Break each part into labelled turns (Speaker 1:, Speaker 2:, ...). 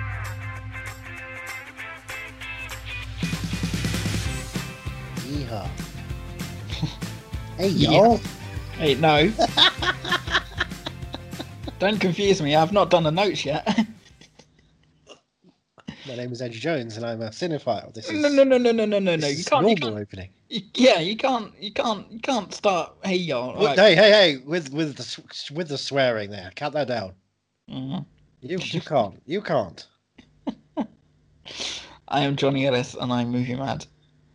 Speaker 1: Yeehaw. hey, y'all.
Speaker 2: Hey, no. Don't confuse me. I've not done the notes yet.
Speaker 1: My name is Andrew Jones, and I'm a cinephile. This is
Speaker 2: no, no, no, no, no, no, no,
Speaker 1: this
Speaker 2: no. You
Speaker 1: is
Speaker 2: can't, you
Speaker 1: normal
Speaker 2: can't.
Speaker 1: opening.
Speaker 2: you- Yeah, you can't. You can't. You can't start. Hey, y'all.
Speaker 1: Well,
Speaker 2: Right.
Speaker 1: Hey, hey, hey! With with the s- with the swearing there, cut that down.
Speaker 2: Mhm.
Speaker 1: You you can't. You can't.
Speaker 2: I am Johnny Ellis, and I'm movie mad.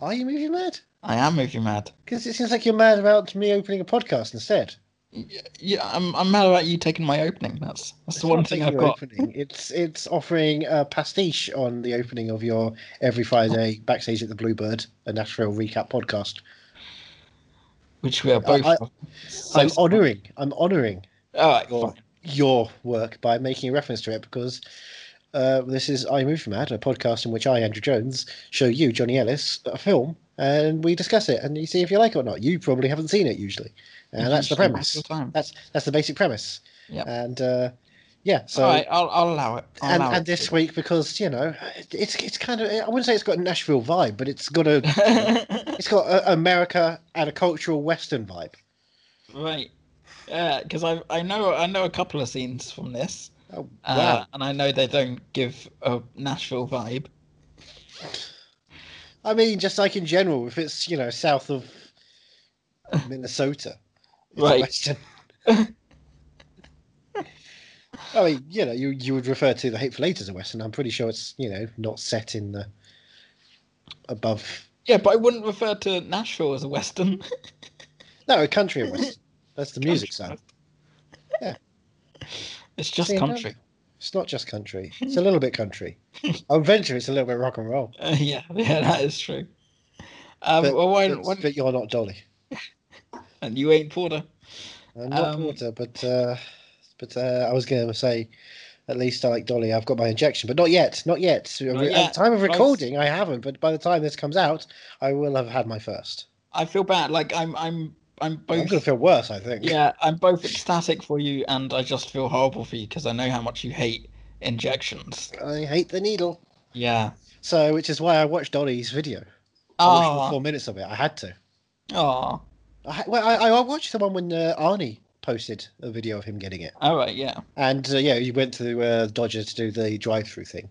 Speaker 1: Are you movie mad?
Speaker 2: I am movie mad.
Speaker 1: Because it seems like you're mad about me opening a podcast instead.
Speaker 2: Y- Yeah, I'm. I'm mad about you taking my opening. That's that's
Speaker 1: It's
Speaker 2: the one
Speaker 1: not
Speaker 2: thing
Speaker 1: taking
Speaker 2: I've
Speaker 1: your
Speaker 2: got.
Speaker 1: Opening. It's it's offering a pastiche on the opening of your every Friday backstage at the Bluebird, a Nashville recap podcast.
Speaker 2: Which we are both.
Speaker 1: I-
Speaker 2: so-
Speaker 1: I'm honouring. I'm honouring
Speaker 2: All right,
Speaker 1: your
Speaker 2: fine.
Speaker 1: your work by making a reference to it because uh, this is I Movie Mad, a podcast in which I, Andrew Jones, show you Johnny Ellis a film and we discuss it and you see if you like it or not. You probably haven't seen it usually, and that's the
Speaker 2: Usually,
Speaker 1: premise.
Speaker 2: your time.
Speaker 1: That's that's the basic premise.
Speaker 2: Yep.
Speaker 1: And uh, yeah, so.
Speaker 2: All right, I'll, I'll allow it. I'll
Speaker 1: and,
Speaker 2: allow
Speaker 1: and
Speaker 2: it.
Speaker 1: this week because you know it's it's kind of I wouldn't say it's got a Nashville vibe, but it's got a it's got a, America and a cultural Western vibe.
Speaker 2: right. Yeah, because I I know I know a couple of scenes from this.
Speaker 1: Oh,
Speaker 2: Uh,
Speaker 1: wow!
Speaker 2: and I know they don't give a Nashville vibe.
Speaker 1: I mean, just like in general, if it's you know south of Minnesota, it's
Speaker 2: Right.
Speaker 1: Western. I mean, you know, you you would refer to the Hateful Eight as a Western. I'm pretty sure it's you know not set in the above
Speaker 2: Yeah, but I wouldn't refer to Nashville as a Western.
Speaker 1: no a country of Western. That's the music
Speaker 2: Country.
Speaker 1: side. Yeah.
Speaker 2: It's just
Speaker 1: See, no.
Speaker 2: country.
Speaker 1: It's not just country. It's a little bit country. I'll venture it's a little bit rock and roll.
Speaker 2: Uh, yeah, yeah, that is true. Um,
Speaker 1: But-
Speaker 2: well, why,
Speaker 1: but,
Speaker 2: why,
Speaker 1: but you're not Dolly.
Speaker 2: and you ain't Porter.
Speaker 1: I'm not
Speaker 2: Um,
Speaker 1: Porter, but uh, but uh, I was going to say, at least I like Dolly. I've got my injection, but not yet. Not yet. So
Speaker 2: Not
Speaker 1: re-
Speaker 2: yet.
Speaker 1: At the time of
Speaker 2: Right.
Speaker 1: recording, I haven't. But by the time this comes out, I will have had my first.
Speaker 2: I feel bad. Like I'm, I'm, I'm
Speaker 1: I'm
Speaker 2: both.
Speaker 1: going to feel worse, I think.
Speaker 2: yeah, I'm both ecstatic for you, and I just feel horrible for you because I know how much you hate injections.
Speaker 1: I hate the needle.
Speaker 2: Yeah.
Speaker 1: So, which is why I watched Dolly's video. I watched all
Speaker 2: Oh,
Speaker 1: four minutes of it. I had to.
Speaker 2: oh,
Speaker 1: I, ha- well, I, I watched the one when uh, Arnie posted a video of him getting it.
Speaker 2: all right, yeah.
Speaker 1: And uh, yeah, he went to uh, Dodger to do the drive-through thing.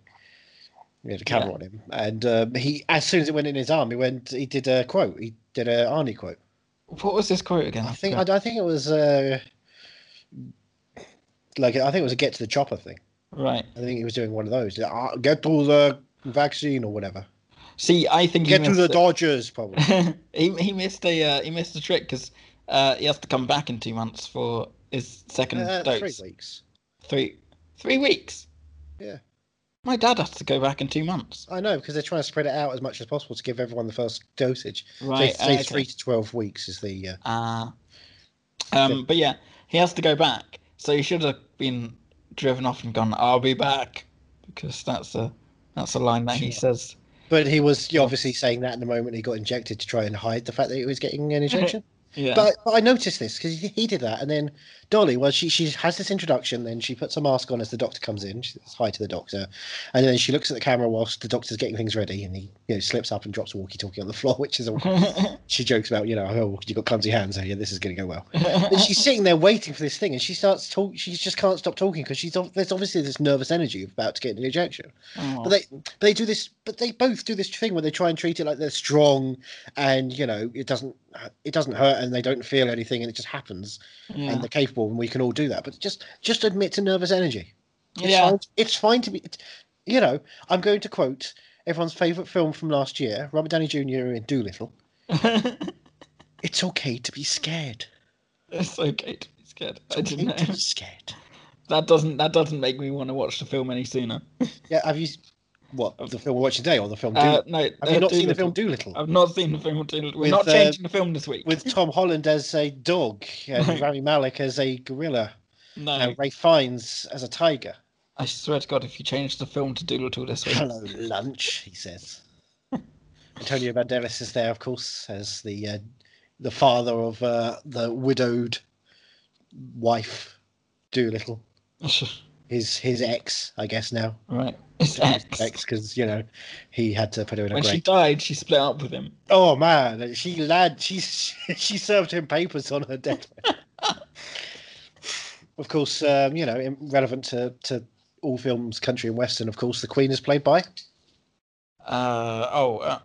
Speaker 1: He had a camera
Speaker 2: Yeah.
Speaker 1: on him, and um, he as soon as it went in his arm, he went. He did a quote. He did a Arnie quote.
Speaker 2: What was this quote again?
Speaker 1: I think.
Speaker 2: forgot.
Speaker 1: I, I think it was. Uh, like I think it was a get to the chopper thing.
Speaker 2: Right.
Speaker 1: I think he was doing one of those. Uh, get to the vaccine or whatever.
Speaker 2: See, I think
Speaker 1: Get
Speaker 2: he
Speaker 1: to the
Speaker 2: missed
Speaker 1: Dodgers, probably.
Speaker 2: it. he he missed a uh, he missed a trick because uh, he has to come back in two months for his second
Speaker 1: Uh,
Speaker 2: dose.
Speaker 1: three weeks.
Speaker 2: Three three weeks.
Speaker 1: Yeah.
Speaker 2: My dad has to go back in two months.
Speaker 1: I know because they're trying to spread it out as much as possible to give everyone the first dosage.
Speaker 2: Right.
Speaker 1: so they say
Speaker 2: okay.
Speaker 1: three to twelve weeks is the. Uh,
Speaker 2: Uh, um, but yeah, he has to go back. So he should have been driven off and gone. I'll be back because that's a that's a line that he
Speaker 1: Sure.
Speaker 2: says.
Speaker 1: But he was obviously saying that in the moment he got injected to try and hide the fact that he was getting an injection.
Speaker 2: Yeah.
Speaker 1: but, but I noticed this because he, he did that, and then Dolly, well, she she has this introduction, then she puts a mask on as the doctor comes in. She says hi to the doctor, and then she looks at the camera whilst the doctor's getting things ready, and he you know slips up and drops a walkie-talkie on the floor, which is a, she jokes about, you know, oh, you've got clumsy hands, so yeah, this is going to go well. And she's sitting there waiting for this thing, and she starts talk. She just can't stop talking because she's ob- there's obviously this nervous energy about to get an injection.
Speaker 2: Oh,
Speaker 1: But they but they do this but they both do this thing where they try and treat it like they're strong and you know it doesn't it doesn't hurt and they don't feel anything and it just happens
Speaker 2: yeah.
Speaker 1: and they're capable and we can all do that. But just just admit to nervous energy. It's
Speaker 2: Yeah.
Speaker 1: fine, it's fine to be it- you know, I'm going to quote everyone's favourite film from last year, Robert Downey Jr. in Doolittle. It's okay to be scared.
Speaker 2: it's okay to be scared. I
Speaker 1: It's
Speaker 2: didn't
Speaker 1: okay to
Speaker 2: know.
Speaker 1: be scared.
Speaker 2: That doesn't that doesn't make me want to watch the film any sooner.
Speaker 1: Yeah, have you what, the film we're watching today or the film
Speaker 2: Uh,
Speaker 1: Doolittle?
Speaker 2: no,
Speaker 1: Have you
Speaker 2: uh,
Speaker 1: not seen the
Speaker 2: Doolittle.
Speaker 1: film Doolittle?
Speaker 2: I've not seen the film. Doolittle. We're
Speaker 1: With,
Speaker 2: not
Speaker 1: uh,
Speaker 2: changing the film this week.
Speaker 1: with Tom Holland as a dog and
Speaker 2: Right.
Speaker 1: Rami Malik as a gorilla
Speaker 2: no,
Speaker 1: and Ray Fiennes as a tiger.
Speaker 2: I swear to God, if you change the film to Doolittle this week,
Speaker 1: Hello, lunch, he says. Antonio Banderas is there, of course, as the uh, the father of uh, the widowed wife, Doolittle. His his ex, I guess now.
Speaker 2: right. It's X.
Speaker 1: Ex, because you know he had to put her in a
Speaker 2: When she
Speaker 1: grave.
Speaker 2: died, she split up with him.
Speaker 1: Oh man, she lad, she she served him papers on her deathbed. of course, um, you know, in- relevant to to all films, country and western. Of course, the Queen is played by
Speaker 2: Uh, oh, uh,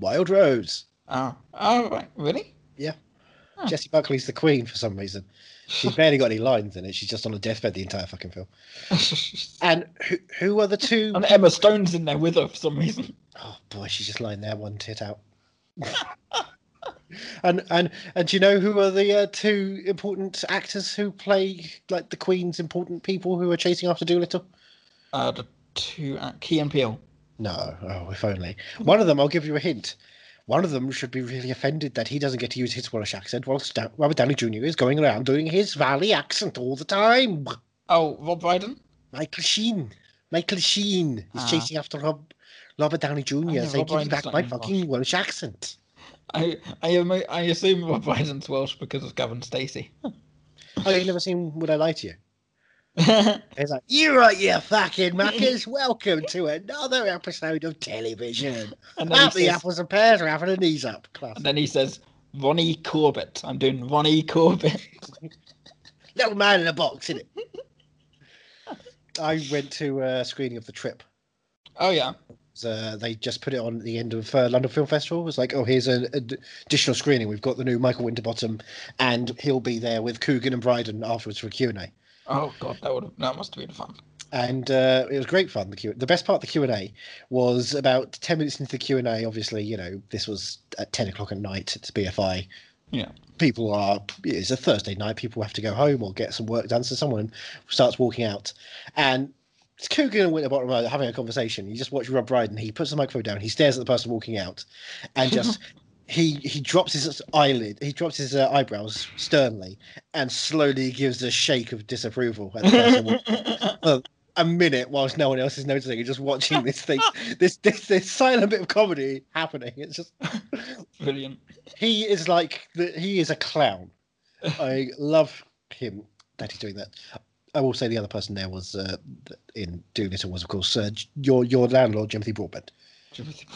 Speaker 1: Wild Rose.
Speaker 2: oh, oh, right. Really? Huh.
Speaker 1: Jessie Buckley's the Queen for some reason. She's barely got any lines in it. She's just on a deathbed the entire fucking film. And who who are the two?
Speaker 2: and Emma Stone's in there with her for some reason.
Speaker 1: Oh boy, she's just lying there, one tit out. and and and do you know who are the uh, two important actors who play like the Queen's important people who are chasing after Doolittle?
Speaker 2: Uh, the two, uh, Key and Peele.
Speaker 1: No, oh, if only one of them. I'll give you a hint. One of them should be really offended that he doesn't get to use his Welsh accent, whilst Dan- Robert Downey Jr. is going around doing his Valley accent all the time.
Speaker 2: Oh, Rob Brydon?
Speaker 1: Michael Sheen. Michael Sheen is
Speaker 2: Ah.
Speaker 1: chasing after Rob, Robert Downey Jr.
Speaker 2: yeah,
Speaker 1: saying,
Speaker 2: Rob
Speaker 1: "Give me
Speaker 2: Brydon's
Speaker 1: back
Speaker 2: not
Speaker 1: my
Speaker 2: even Welsh.
Speaker 1: fucking Welsh accent."
Speaker 2: I, I, am- I assume Rob Brydon's Welsh because of Gavin Stacey.
Speaker 1: Oh, you've never seen Would I Lie to You? It's like, you right, you fucking muckers. Welcome to another episode of television.
Speaker 2: And then,
Speaker 1: Up
Speaker 2: he
Speaker 1: the
Speaker 2: says,
Speaker 1: apples and pears are having a knees up. Class.
Speaker 2: and then he says, Ronnie Corbett. I'm doing Ronnie Corbett.
Speaker 1: Little man in a box, innit? I went to a screening of The Trip.
Speaker 2: Oh, yeah.
Speaker 1: Uh, they just put it on at the end of uh, London Film Festival. It was like, oh, here's an ad- additional screening. We've got the new Michael Winterbottom, and he'll be there with Coogan and Bryden afterwards for a Q&A.
Speaker 2: Oh, God, that would have, that must have been fun.
Speaker 1: and uh, it was great fun. The Q- the best part of the Q and A was about ten minutes into the Q and A. Obviously, you know this was at ten o'clock at night. It's BFI.
Speaker 2: Yeah.
Speaker 1: People are. It's a Thursday night. People have to go home or get some work done. So someone starts walking out, and it's Coogan and Winterbottom are having a conversation. You just watch Rob Brydon. He puts the microphone down. He stares at the person walking out, and just. He, he drops his eyelid, he drops his uh, eyebrows sternly, and slowly gives a shake of disapproval at the person walking a minute whilst no one else is noticing and just watching this thing this, this this silent bit of comedy happening it's just
Speaker 2: Brilliant.
Speaker 1: he is like the, he is a clown i love him that he's doing that i will say the other person there was uh, in doolittle was of course uh, your your landlord jimothy broadbent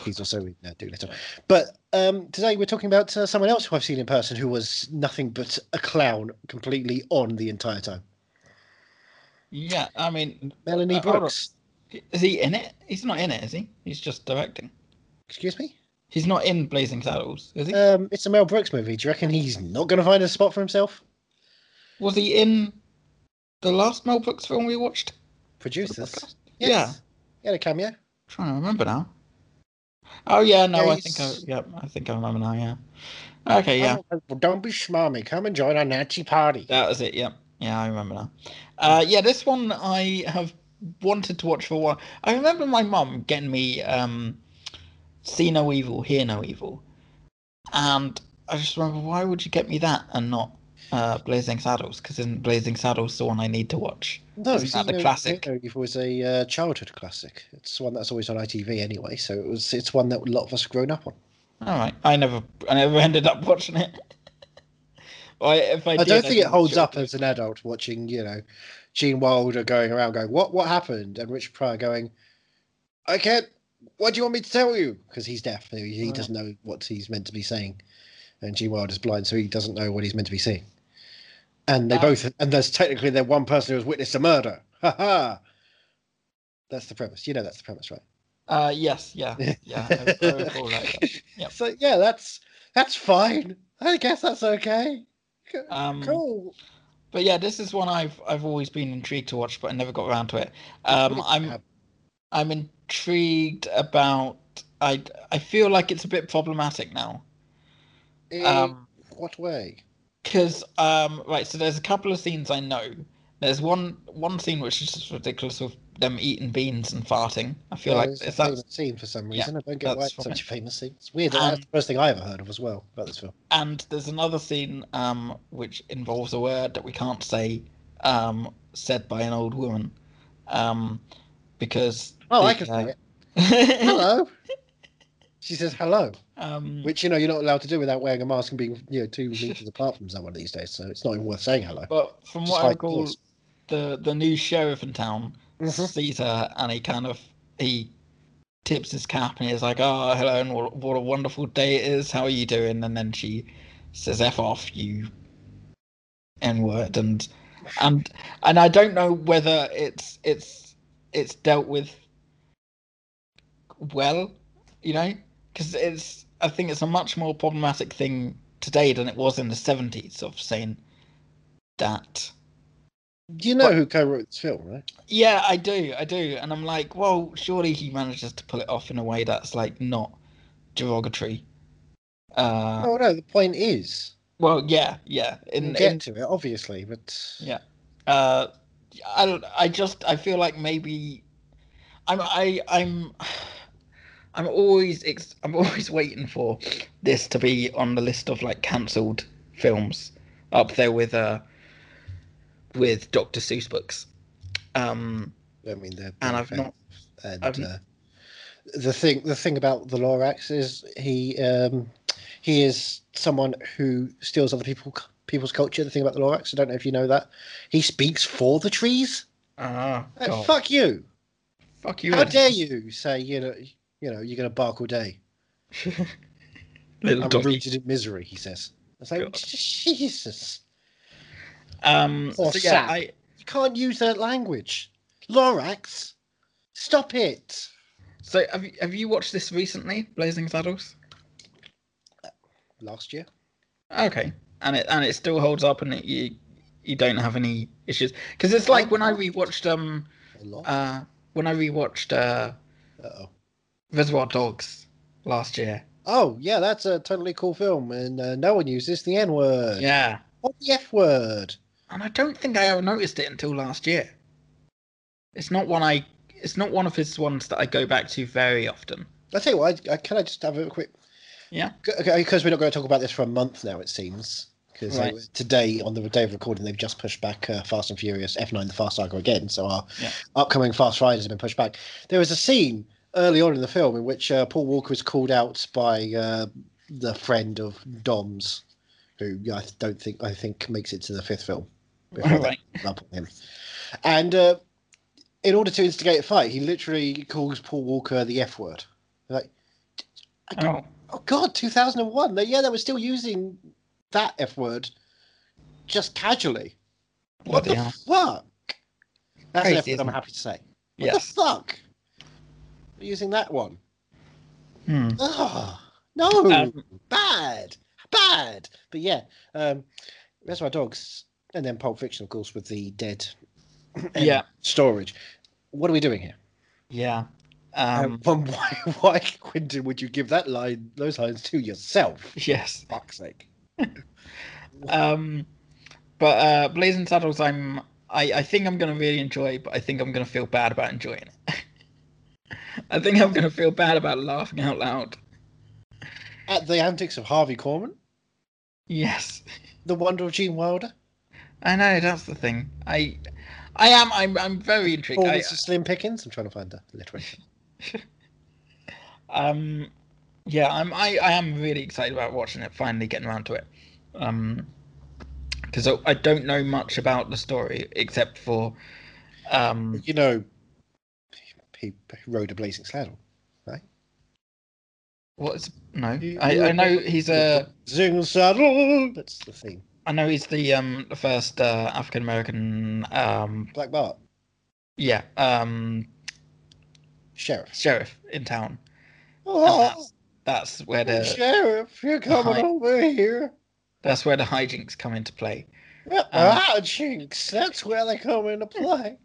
Speaker 1: he's also in uh, doolittle but um today we're talking about uh, someone else who i've seen in person who was nothing but a clown completely on the entire time
Speaker 2: Yeah, I mean,
Speaker 1: melanie
Speaker 2: Uh, hold on.
Speaker 1: brooks
Speaker 2: is he in it? He's not in it, is he? He's just directing.
Speaker 1: excuse me
Speaker 2: He's not in Blazing Saddles, is he?
Speaker 1: Um, it's a Mel Brooks movie. Do you reckon he's not going to find a spot for himself?
Speaker 2: Was he in the last Mel Brooks film we watched? for the
Speaker 1: Producers.
Speaker 2: podcast?
Speaker 1: Yes.
Speaker 2: Yeah.
Speaker 1: He had a cameo.
Speaker 2: trying to remember now. Oh yeah, no,
Speaker 1: Yeah,
Speaker 2: I think I
Speaker 1: he's-
Speaker 2: yep, I think I remember now. Yeah. Okay, yeah,
Speaker 1: Oh, well, don't be schmarmy. Come and join our Nazi party.
Speaker 2: that was it. Yep, yeah, I remember now. Uh, yeah, this one I have wanted to watch for a while. I remember my mum getting me um, "See No Evil, Hear No Evil," and I just remember why would you get me that and not uh, Blazing Saddles? Because in Blazing Saddles, the one I need to watch.
Speaker 1: No,
Speaker 2: Isn't
Speaker 1: you
Speaker 2: that the
Speaker 1: know,
Speaker 2: classic?
Speaker 1: you know, It was a uh, childhood classic. It's one that's always on ITV anyway, so it was. It's one that a lot of us have grown up on.
Speaker 2: All right, I never, I never ended up watching it. I, if I,
Speaker 1: I,
Speaker 2: did,
Speaker 1: don't think it
Speaker 2: didn't
Speaker 1: holds
Speaker 2: sure.
Speaker 1: up as an adult watching, you know, Gene Wilder going around going, "What? What happened?" and Richard Pryor going, "I can't. What do you want me to tell you?" Because he's deaf, so he he
Speaker 2: Right.
Speaker 1: doesn't know what he's meant to be saying, and Gene Wilder's blind, so he doesn't know what he's meant to be seeing. And they
Speaker 2: Ah.
Speaker 1: both, and there's technically they're one person who has witnessed a murder. Ha ha. That's the premise. You know that's the premise, right?
Speaker 2: Uh, yes, yeah, yeah. I, I recall that, yeah. Yep.
Speaker 1: So yeah, that's that's fine. I guess that's okay. C-
Speaker 2: Um,
Speaker 1: cool.
Speaker 2: But yeah, this is one I've I've always been intrigued to watch, but I never got around to it. Um, I'm I'm intrigued about. I I feel like it's a bit problematic now.
Speaker 1: In
Speaker 2: Um,
Speaker 1: what way?
Speaker 2: Because um, right, so there's a couple of scenes I know. There's one one scene which is just ridiculous with them eating beans and farting. I feel
Speaker 1: Yeah,
Speaker 2: like
Speaker 1: it's a
Speaker 2: if that's
Speaker 1: famous scene for some
Speaker 2: Yeah,
Speaker 1: reason. I don't get why
Speaker 2: that's
Speaker 1: it's
Speaker 2: fine.
Speaker 1: such a famous scene. It's weird. that that's
Speaker 2: Um,
Speaker 1: the first thing I ever heard of as well about this film.
Speaker 2: and there's another scene um, which involves a word that we can't say um, said by an old woman um, because
Speaker 1: Oh,
Speaker 2: the,
Speaker 1: I can
Speaker 2: uh,
Speaker 1: say it. Hello. She says hello,
Speaker 2: Um,
Speaker 1: which you know you're not allowed to do without wearing a mask and being you know two meters apart from someone these days. So it's not even worth saying hello.
Speaker 2: but from
Speaker 1: Just
Speaker 2: what I
Speaker 1: hide
Speaker 2: recall,
Speaker 1: yours.
Speaker 2: the the new sheriff in town
Speaker 1: Mhm.
Speaker 2: sees her and he kind of he tips his cap and he's like, "Oh, hello, and what, what a wonderful day it is. How are you doing?" And then she says, "F off, you n word," and and and I don't know whether it's it's it's dealt with well, you know, because it's I think it's a much more problematic thing today than it was in the seventies of saying that.
Speaker 1: You know
Speaker 2: But-
Speaker 1: who co-wrote this film, right?
Speaker 2: Yeah, I do, I do, and I'm like, well, surely he manages to pull it off in a way that's like not derogatory. Uh,
Speaker 1: Oh no, the point is,
Speaker 2: well, yeah, yeah.
Speaker 1: we'll
Speaker 2: In,
Speaker 1: get
Speaker 2: in
Speaker 1: to it obviously, but
Speaker 2: Yeah. uh, I don't. I just. I feel like maybe. I'm. I. I'm. I'm always. Ex- I'm always waiting for this to be on the list of like cancelled films, up there with uh, with Dr. Seuss books. Um,
Speaker 1: I mean they're
Speaker 2: and I've not.
Speaker 1: and
Speaker 2: I've n-
Speaker 1: uh, the thing the thing about the Lorax is he um, he is someone who steals other people people's culture. The thing about the Lorax, I don't know if you know that he speaks for the trees.
Speaker 2: Ah,
Speaker 1: Like,
Speaker 2: God.
Speaker 1: fuck you!
Speaker 2: Fuck you.
Speaker 1: How
Speaker 2: Ed.
Speaker 1: dare you say you know you know you're gonna bark all day?
Speaker 2: Little
Speaker 1: I'm
Speaker 2: doggy.
Speaker 1: rooted in misery. He says. It's like
Speaker 2: God.
Speaker 1: Jesus.
Speaker 2: Um. So
Speaker 1: Or
Speaker 2: yeah,
Speaker 1: sap.
Speaker 2: I.
Speaker 1: You can't use that language, Lorax. Stop it.
Speaker 2: So have you, have you watched this recently, Blazing Saddles?
Speaker 1: Last year.
Speaker 2: Okay, and it and it still holds up, and it, you you don't have any issues because it's like when I rewatched um
Speaker 1: A lot.
Speaker 2: uh when I rewatched uh
Speaker 1: Uh-oh.
Speaker 2: Reservoir Dogs last year.
Speaker 1: Oh yeah, that's a totally cool film, and uh, no one uses the N word.
Speaker 2: Yeah,
Speaker 1: What the F word?
Speaker 2: and I don't think I ever noticed it until last year. It's not one I. It's not one of his ones that I go back to very often.
Speaker 1: I tell you what, I, I, can I just have a quick?
Speaker 2: Yeah.
Speaker 1: Because we're not going to talk about this for a month now, it seems. Because
Speaker 2: Right.
Speaker 1: today, on the day of recording, they've just pushed back uh, Fast and Furious F9, the Fast Saga again. So our
Speaker 2: Yeah.
Speaker 1: upcoming Fast Rides have been pushed back. There was a scene early on in the film in which uh, Paul Walker is called out by uh, the friend of Dom's, who I don't think I think makes it to the fifth film. before they
Speaker 2: Right.
Speaker 1: up on him. And uh, in order to instigate a fight, he literally calls Paul Walker the F word. Like,
Speaker 2: Oh.
Speaker 1: oh God, 2001. Like, yeah, they were still using that F word just casually.
Speaker 2: What the hell?
Speaker 1: fuck? That's
Speaker 2: Crazy,
Speaker 1: an F word
Speaker 2: isn't
Speaker 1: I'm
Speaker 2: it?
Speaker 1: happy to say. What
Speaker 2: Yeah.
Speaker 1: the fuck? We're using that one.
Speaker 2: Hmm.
Speaker 1: Oh, no,
Speaker 2: Um,
Speaker 1: bad, bad. But yeah, um, Reservoir Dogs, and then Pulp Fiction, of course, with the dead and
Speaker 2: Yeah.
Speaker 1: storage. What are we doing here?
Speaker 2: Yeah.
Speaker 1: Um,
Speaker 2: Um.
Speaker 1: one- why, why, Quentin, would you give that line, those lines to yourself?
Speaker 2: Yes.
Speaker 1: Fuck's sake.
Speaker 2: Um, but uh, Blazing Saddles, I'm I, I think I'm gonna really enjoy, but I think I'm gonna feel bad about enjoying it. I think I'm gonna feel bad about laughing out loud.
Speaker 1: At the antics of Harvey Corman,
Speaker 2: Yes,
Speaker 1: the wonder of Gene Wilder,
Speaker 2: I know that's the thing. I I am I'm I'm very intrigued. I, uh,
Speaker 1: performance of Slim Pickens. I'm trying to find the alliteration.
Speaker 2: um, yeah, I'm I, I am really excited about watching it. Finally getting around to it. Um, because I, I don't know much about the story except for um
Speaker 1: You know, he, he rode a blazing saddle.
Speaker 2: what's no
Speaker 1: You- you
Speaker 2: I, I
Speaker 1: remember-
Speaker 2: know he's a
Speaker 1: Zing saddle. That's the theme.
Speaker 2: I know he's the um the first uh, African American um
Speaker 1: Black Bart,
Speaker 2: yeah um
Speaker 1: sheriff.
Speaker 2: sheriff in town.
Speaker 1: Oh,
Speaker 2: That's where the
Speaker 1: sheriff, you're coming
Speaker 2: hi-
Speaker 1: over here.
Speaker 2: that's where the hijinks come into play. Um,
Speaker 1: ah, jinx, that's where they come into
Speaker 2: Hmm.
Speaker 1: play.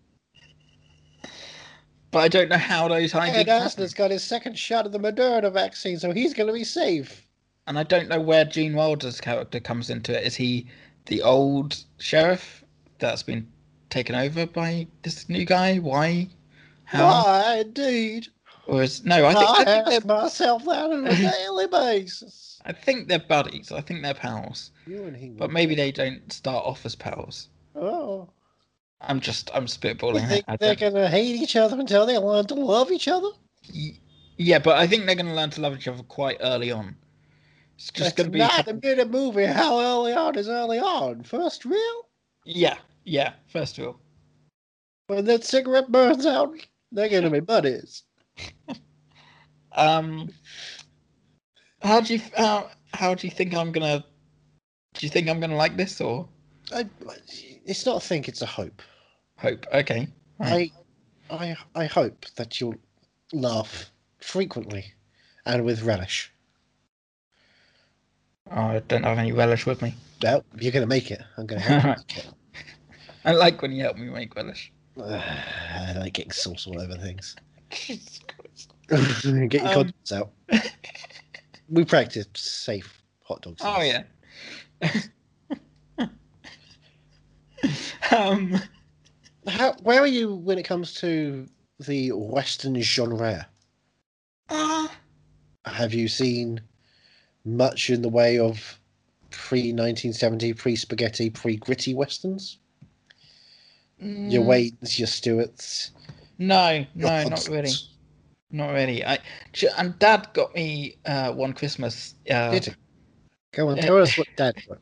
Speaker 2: But I don't know how those hijinks
Speaker 1: And
Speaker 2: happen,
Speaker 1: Asner's got his second shot of the Moderna vaccine, so he's going to be safe.
Speaker 2: and I don't know where Gene Wilder's character comes into it. Is he the old sheriff that's been taken over by this new guy? Why? How?
Speaker 1: Why, indeed.
Speaker 2: Or is no? I think I
Speaker 1: I,
Speaker 2: think
Speaker 1: ask
Speaker 2: they're
Speaker 1: myself that on a daily basis.
Speaker 2: I think they're buddies. I think they're pals,
Speaker 1: You and he.
Speaker 2: but maybe they don't start off as pals.
Speaker 1: Oh.
Speaker 2: I'm just I'm
Speaker 1: You
Speaker 2: spitballing.
Speaker 1: think
Speaker 2: I don't-
Speaker 1: they're going to hate each other until they learn to love each other?
Speaker 2: Y- Yeah, but I think they're going to learn to love each other quite early on. It's just going to be. a
Speaker 1: not
Speaker 2: couple-
Speaker 1: the minute movie. How early on is early on? First reel?
Speaker 2: Yeah, yeah. First of all,
Speaker 1: When that cigarette burns out, they're going to be buddies.
Speaker 2: um, how do you how how do you think I'm gonna? Do you think I'm gonna like this or
Speaker 1: I, it's not a think, it's a hope.
Speaker 2: hope? Okay.
Speaker 1: I, I, I hope that you'll laugh frequently and with relish.
Speaker 2: Oh, I don't have any relish with me.
Speaker 1: Well, you're going to make it. I'm going to help you make it.
Speaker 2: I like when you help me make relish.
Speaker 1: I like getting sauce all over things.
Speaker 2: Jesus Christ.
Speaker 1: Get your
Speaker 2: Um,
Speaker 1: condoms out. We practice safe hot dogs.
Speaker 2: Oh yeah. um,
Speaker 1: How, where are you when it comes to the Western genre?
Speaker 2: uh,
Speaker 1: Have you seen much in the way of pre 1970, pre spaghetti, pre gritty Westerns? Your
Speaker 2: mm,
Speaker 1: Wades, your Stewarts.
Speaker 2: No,
Speaker 1: your
Speaker 2: no, not
Speaker 1: Hudsons.
Speaker 2: really, not really. I j- and Dad got me uh, one Christmas. Uh,
Speaker 1: Did he? Go on,
Speaker 2: Yeah.
Speaker 1: tell us what Dad wrote.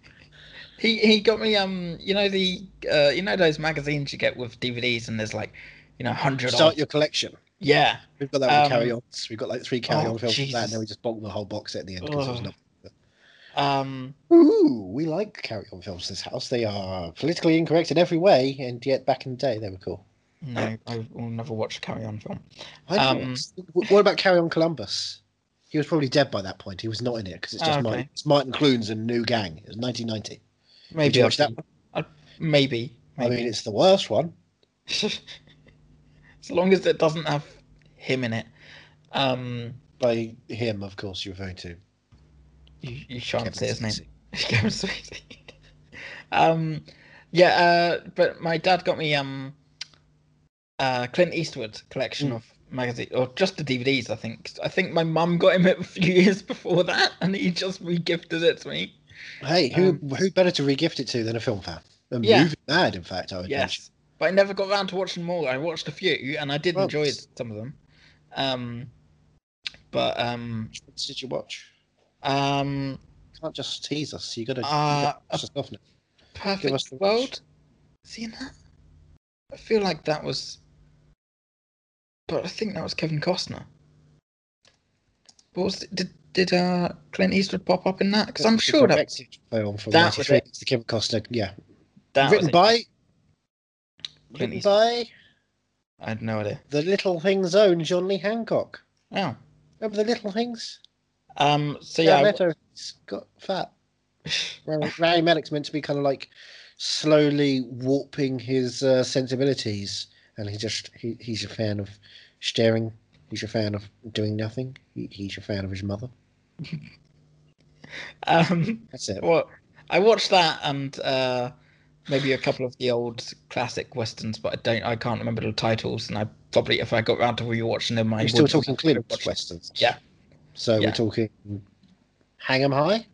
Speaker 2: He he got me um you know the uh you know those magazines you get with DVDs and there's like you know hundred
Speaker 1: Start your collection.
Speaker 2: yeah
Speaker 1: We've got that with
Speaker 2: Um,
Speaker 1: carry ons. We've got like three carry on
Speaker 2: oh,
Speaker 1: films for that, and
Speaker 2: Jesus.
Speaker 1: then we just bonked the whole box at the end because there was
Speaker 2: Ugh.
Speaker 1: nothing.
Speaker 2: um
Speaker 1: Ooh, we like carry on films in this house. They are politically incorrect in every way, and yet back in the day they were cool.
Speaker 2: no
Speaker 1: Oh.
Speaker 2: I will never watch a Carry On film
Speaker 1: I don't know.
Speaker 2: Um,
Speaker 1: W- what about Carry On Columbus? He was probably dead by that point. He was not in it because it's just
Speaker 2: Oh, okay.
Speaker 1: Martin, it's Martin Clunes and New Gang. It was 1990. Did
Speaker 2: maybe
Speaker 1: you
Speaker 2: I'll
Speaker 1: watch that
Speaker 2: see- I- maybe,
Speaker 1: I
Speaker 2: maybe.
Speaker 1: mean, it's the worst one.
Speaker 2: as long as it doesn't have him in it um
Speaker 1: By him, of course, you're referring to.
Speaker 2: you, you shan't
Speaker 1: Kevin
Speaker 2: say his name
Speaker 1: Spacey.
Speaker 2: Kevin Spacey. um yeah uh but my dad got me um uh Clint Eastwood collection
Speaker 1: Mm.
Speaker 2: of magazine or just the DVDs I think I think my mum got him it a few years before that and he just regifted it to me
Speaker 1: Hey, who who better to regift it to than a film fan? A
Speaker 2: Um, Yeah.
Speaker 1: movie mad, in fact, I would mention.
Speaker 2: yes but I never got around to watching more I watched a few and I did
Speaker 1: Well,
Speaker 2: enjoy
Speaker 1: it's-
Speaker 2: some of them um but um
Speaker 1: Which ones did you watch?
Speaker 2: um
Speaker 1: You can't just tease us. You got to.
Speaker 2: Uh,
Speaker 1: stuff now. Give us
Speaker 2: Perfect
Speaker 1: the watch.
Speaker 2: World. Seen that? I feel like that was. But I think that was Kevin Costner. What was did did uh, Clint Eastwood pop up in that? Because I'm
Speaker 1: It's a
Speaker 2: sure that
Speaker 1: directed film from
Speaker 2: that was
Speaker 1: 93.
Speaker 2: it.
Speaker 1: It's the Kevin Costner. Yeah,
Speaker 2: that was
Speaker 1: written
Speaker 2: it.
Speaker 1: by
Speaker 2: Clint
Speaker 1: written
Speaker 2: Eastwood.
Speaker 1: by
Speaker 2: I had no idea.
Speaker 1: the Little Things own John Lee Hancock.
Speaker 2: Oh,
Speaker 1: Remember the Little Things?
Speaker 2: um. So
Speaker 1: Yeah,
Speaker 2: yeah, I-
Speaker 1: Leto has got fat. Rami Rami Malek's meant to be kind of like slowly warping his uh, sensibilities, and he just he, he's a fan of staring. He's a fan of doing nothing. He, he's a fan of his mother.
Speaker 2: um.
Speaker 1: That's it.
Speaker 2: Well, I watched that and uh, maybe a couple of the old classic westerns, but I don't. I can't remember the titles, and I probably if I got round to rewatching them, I
Speaker 1: We're still
Speaker 2: would-
Speaker 1: talking Clint
Speaker 2: watch it.
Speaker 1: westerns.
Speaker 2: Yeah.
Speaker 1: So
Speaker 2: Yeah.
Speaker 1: we're talking Hang 'em High,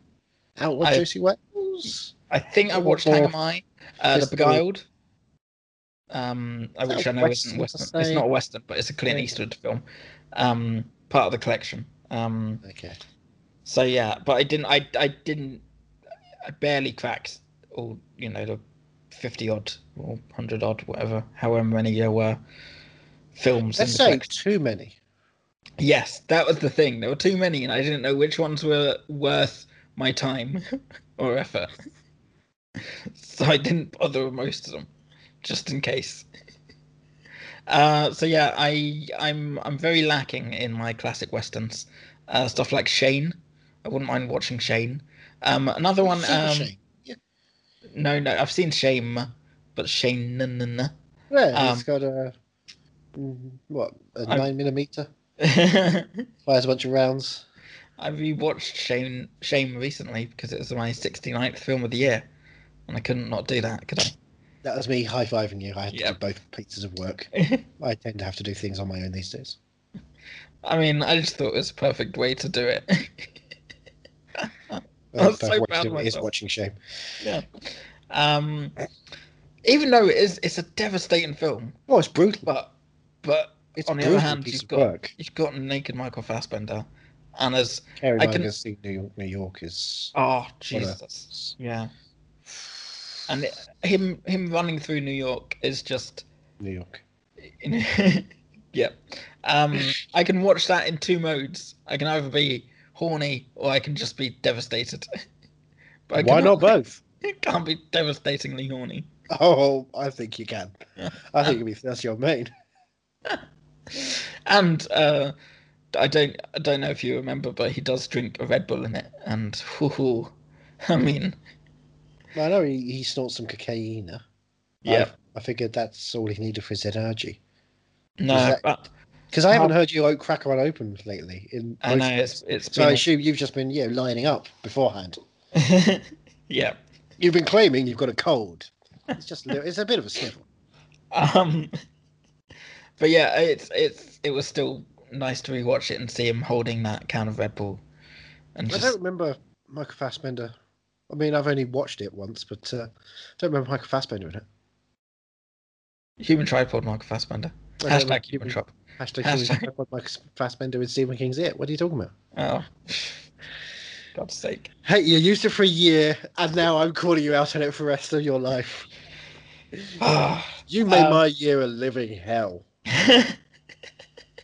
Speaker 1: Out with
Speaker 2: I-
Speaker 1: Josie Wales.
Speaker 2: I think I
Speaker 1: Or-
Speaker 2: watched
Speaker 1: or
Speaker 2: Hang Am I, uh, The
Speaker 1: Fistful.
Speaker 2: Beguiled. Um, I
Speaker 1: Is that
Speaker 2: which
Speaker 1: a
Speaker 2: I know isn't
Speaker 1: Western to
Speaker 2: Western. It's
Speaker 1: say?
Speaker 2: not a Western, but it's a Clint
Speaker 1: Yeah.
Speaker 2: Eastwood film. Um, part of the collection. Um,
Speaker 1: Okay.
Speaker 2: so yeah, but I didn't. I I didn't. I barely cracked all you know the fifty odd or hundred odd, whatever, however many there were films
Speaker 1: Let's
Speaker 2: in the
Speaker 1: say
Speaker 2: collection.
Speaker 1: too many.
Speaker 2: Yes, that was the thing. There were too many, and I didn't know which ones were worth my time or effort. So I didn't bother with most of them, just in case. Uh, so yeah, I I'm I'm very lacking in my classic westerns, uh, stuff like Shane. I wouldn't mind watching Shane. Um, another one. Um,
Speaker 1: Shame. yeah,
Speaker 2: no, no, I've seen Shame, but Shane, no, no, no.
Speaker 1: yeah
Speaker 2: um,
Speaker 1: it's got a mm, what a
Speaker 2: I-
Speaker 1: nine millimeter
Speaker 2: I
Speaker 1: fires a bunch of rounds.
Speaker 2: rewatched Shane Shame recently because it was my 69th film of the year, and I couldn't not do that, could I?
Speaker 1: That was me high fiving you. I had to
Speaker 2: Yep.
Speaker 1: do both pieces of work. I tend to have to do things on my own these days.
Speaker 2: I mean, I just thought it was a perfect way to do it.
Speaker 1: Well,
Speaker 2: I'm
Speaker 1: the
Speaker 2: so
Speaker 1: perfect way to
Speaker 2: proud
Speaker 1: do
Speaker 2: of
Speaker 1: it is
Speaker 2: myself.
Speaker 1: watching shame.
Speaker 2: um, even though it is, it's a devastating film,
Speaker 1: Well, it's brutal.
Speaker 2: but but
Speaker 1: It's
Speaker 2: On the
Speaker 1: brutal
Speaker 2: other hand,
Speaker 1: piece
Speaker 2: you've
Speaker 1: of
Speaker 2: got-
Speaker 1: work.
Speaker 2: You've got naked Michael Fassbender, and as
Speaker 1: Carrie
Speaker 2: I can-
Speaker 1: Mulligan's scene New York, New York is
Speaker 2: oh Jesus, yeah, and it- him him running through New York is just
Speaker 1: New York.
Speaker 2: yeah. Um, I can watch that in two modes. I can either be horny or I can just be devastated. I
Speaker 1: Why not
Speaker 2: cannot-
Speaker 1: both?
Speaker 2: It can't be devastatingly horny.
Speaker 1: Oh, I think you can.
Speaker 2: Yeah.
Speaker 1: I think you'll be that's your main.
Speaker 2: And uh, I don't I don't know if you remember, but he does drink a Red Bull in it, and whoo, I mean,
Speaker 1: I know he, he snorts some cocaine. I-
Speaker 2: yeah,
Speaker 1: I figured that's all he needed for his energy.
Speaker 2: no,
Speaker 1: that-
Speaker 2: but
Speaker 1: Because I haven't
Speaker 2: Oh.
Speaker 1: heard you oat cracker on open lately. In
Speaker 2: I
Speaker 1: both-
Speaker 2: know it's it's
Speaker 1: So I
Speaker 2: been
Speaker 1: assume you've just been, yeah, lining up beforehand.
Speaker 2: yeah.
Speaker 1: You've been claiming you've got a cold. It's just, a little- it's a bit of a sniffle.
Speaker 2: Um, but yeah, it's it's it was still nice to rewatch it and see him holding that can of Red Bull, and
Speaker 1: I
Speaker 2: just
Speaker 1: don't remember Michael Fassbender. I mean, I've only watched it once, but uh, I don't remember Michael Fassbender in it.
Speaker 2: human tripod Michael Fassbender.
Speaker 1: I don't
Speaker 2: Hashtag
Speaker 1: remember
Speaker 2: human
Speaker 1: human-
Speaker 2: tripod.
Speaker 1: Hashtag,
Speaker 2: Hashtag.
Speaker 1: human- Michael Fassbender with Stephen King's it. What are you talking about?
Speaker 2: Oh, God's sake!
Speaker 1: Hey, you used it for a year, and now I'm calling you out on it for the rest of your life.
Speaker 2: Ah.
Speaker 1: You made
Speaker 2: Um,
Speaker 1: my year a living hell.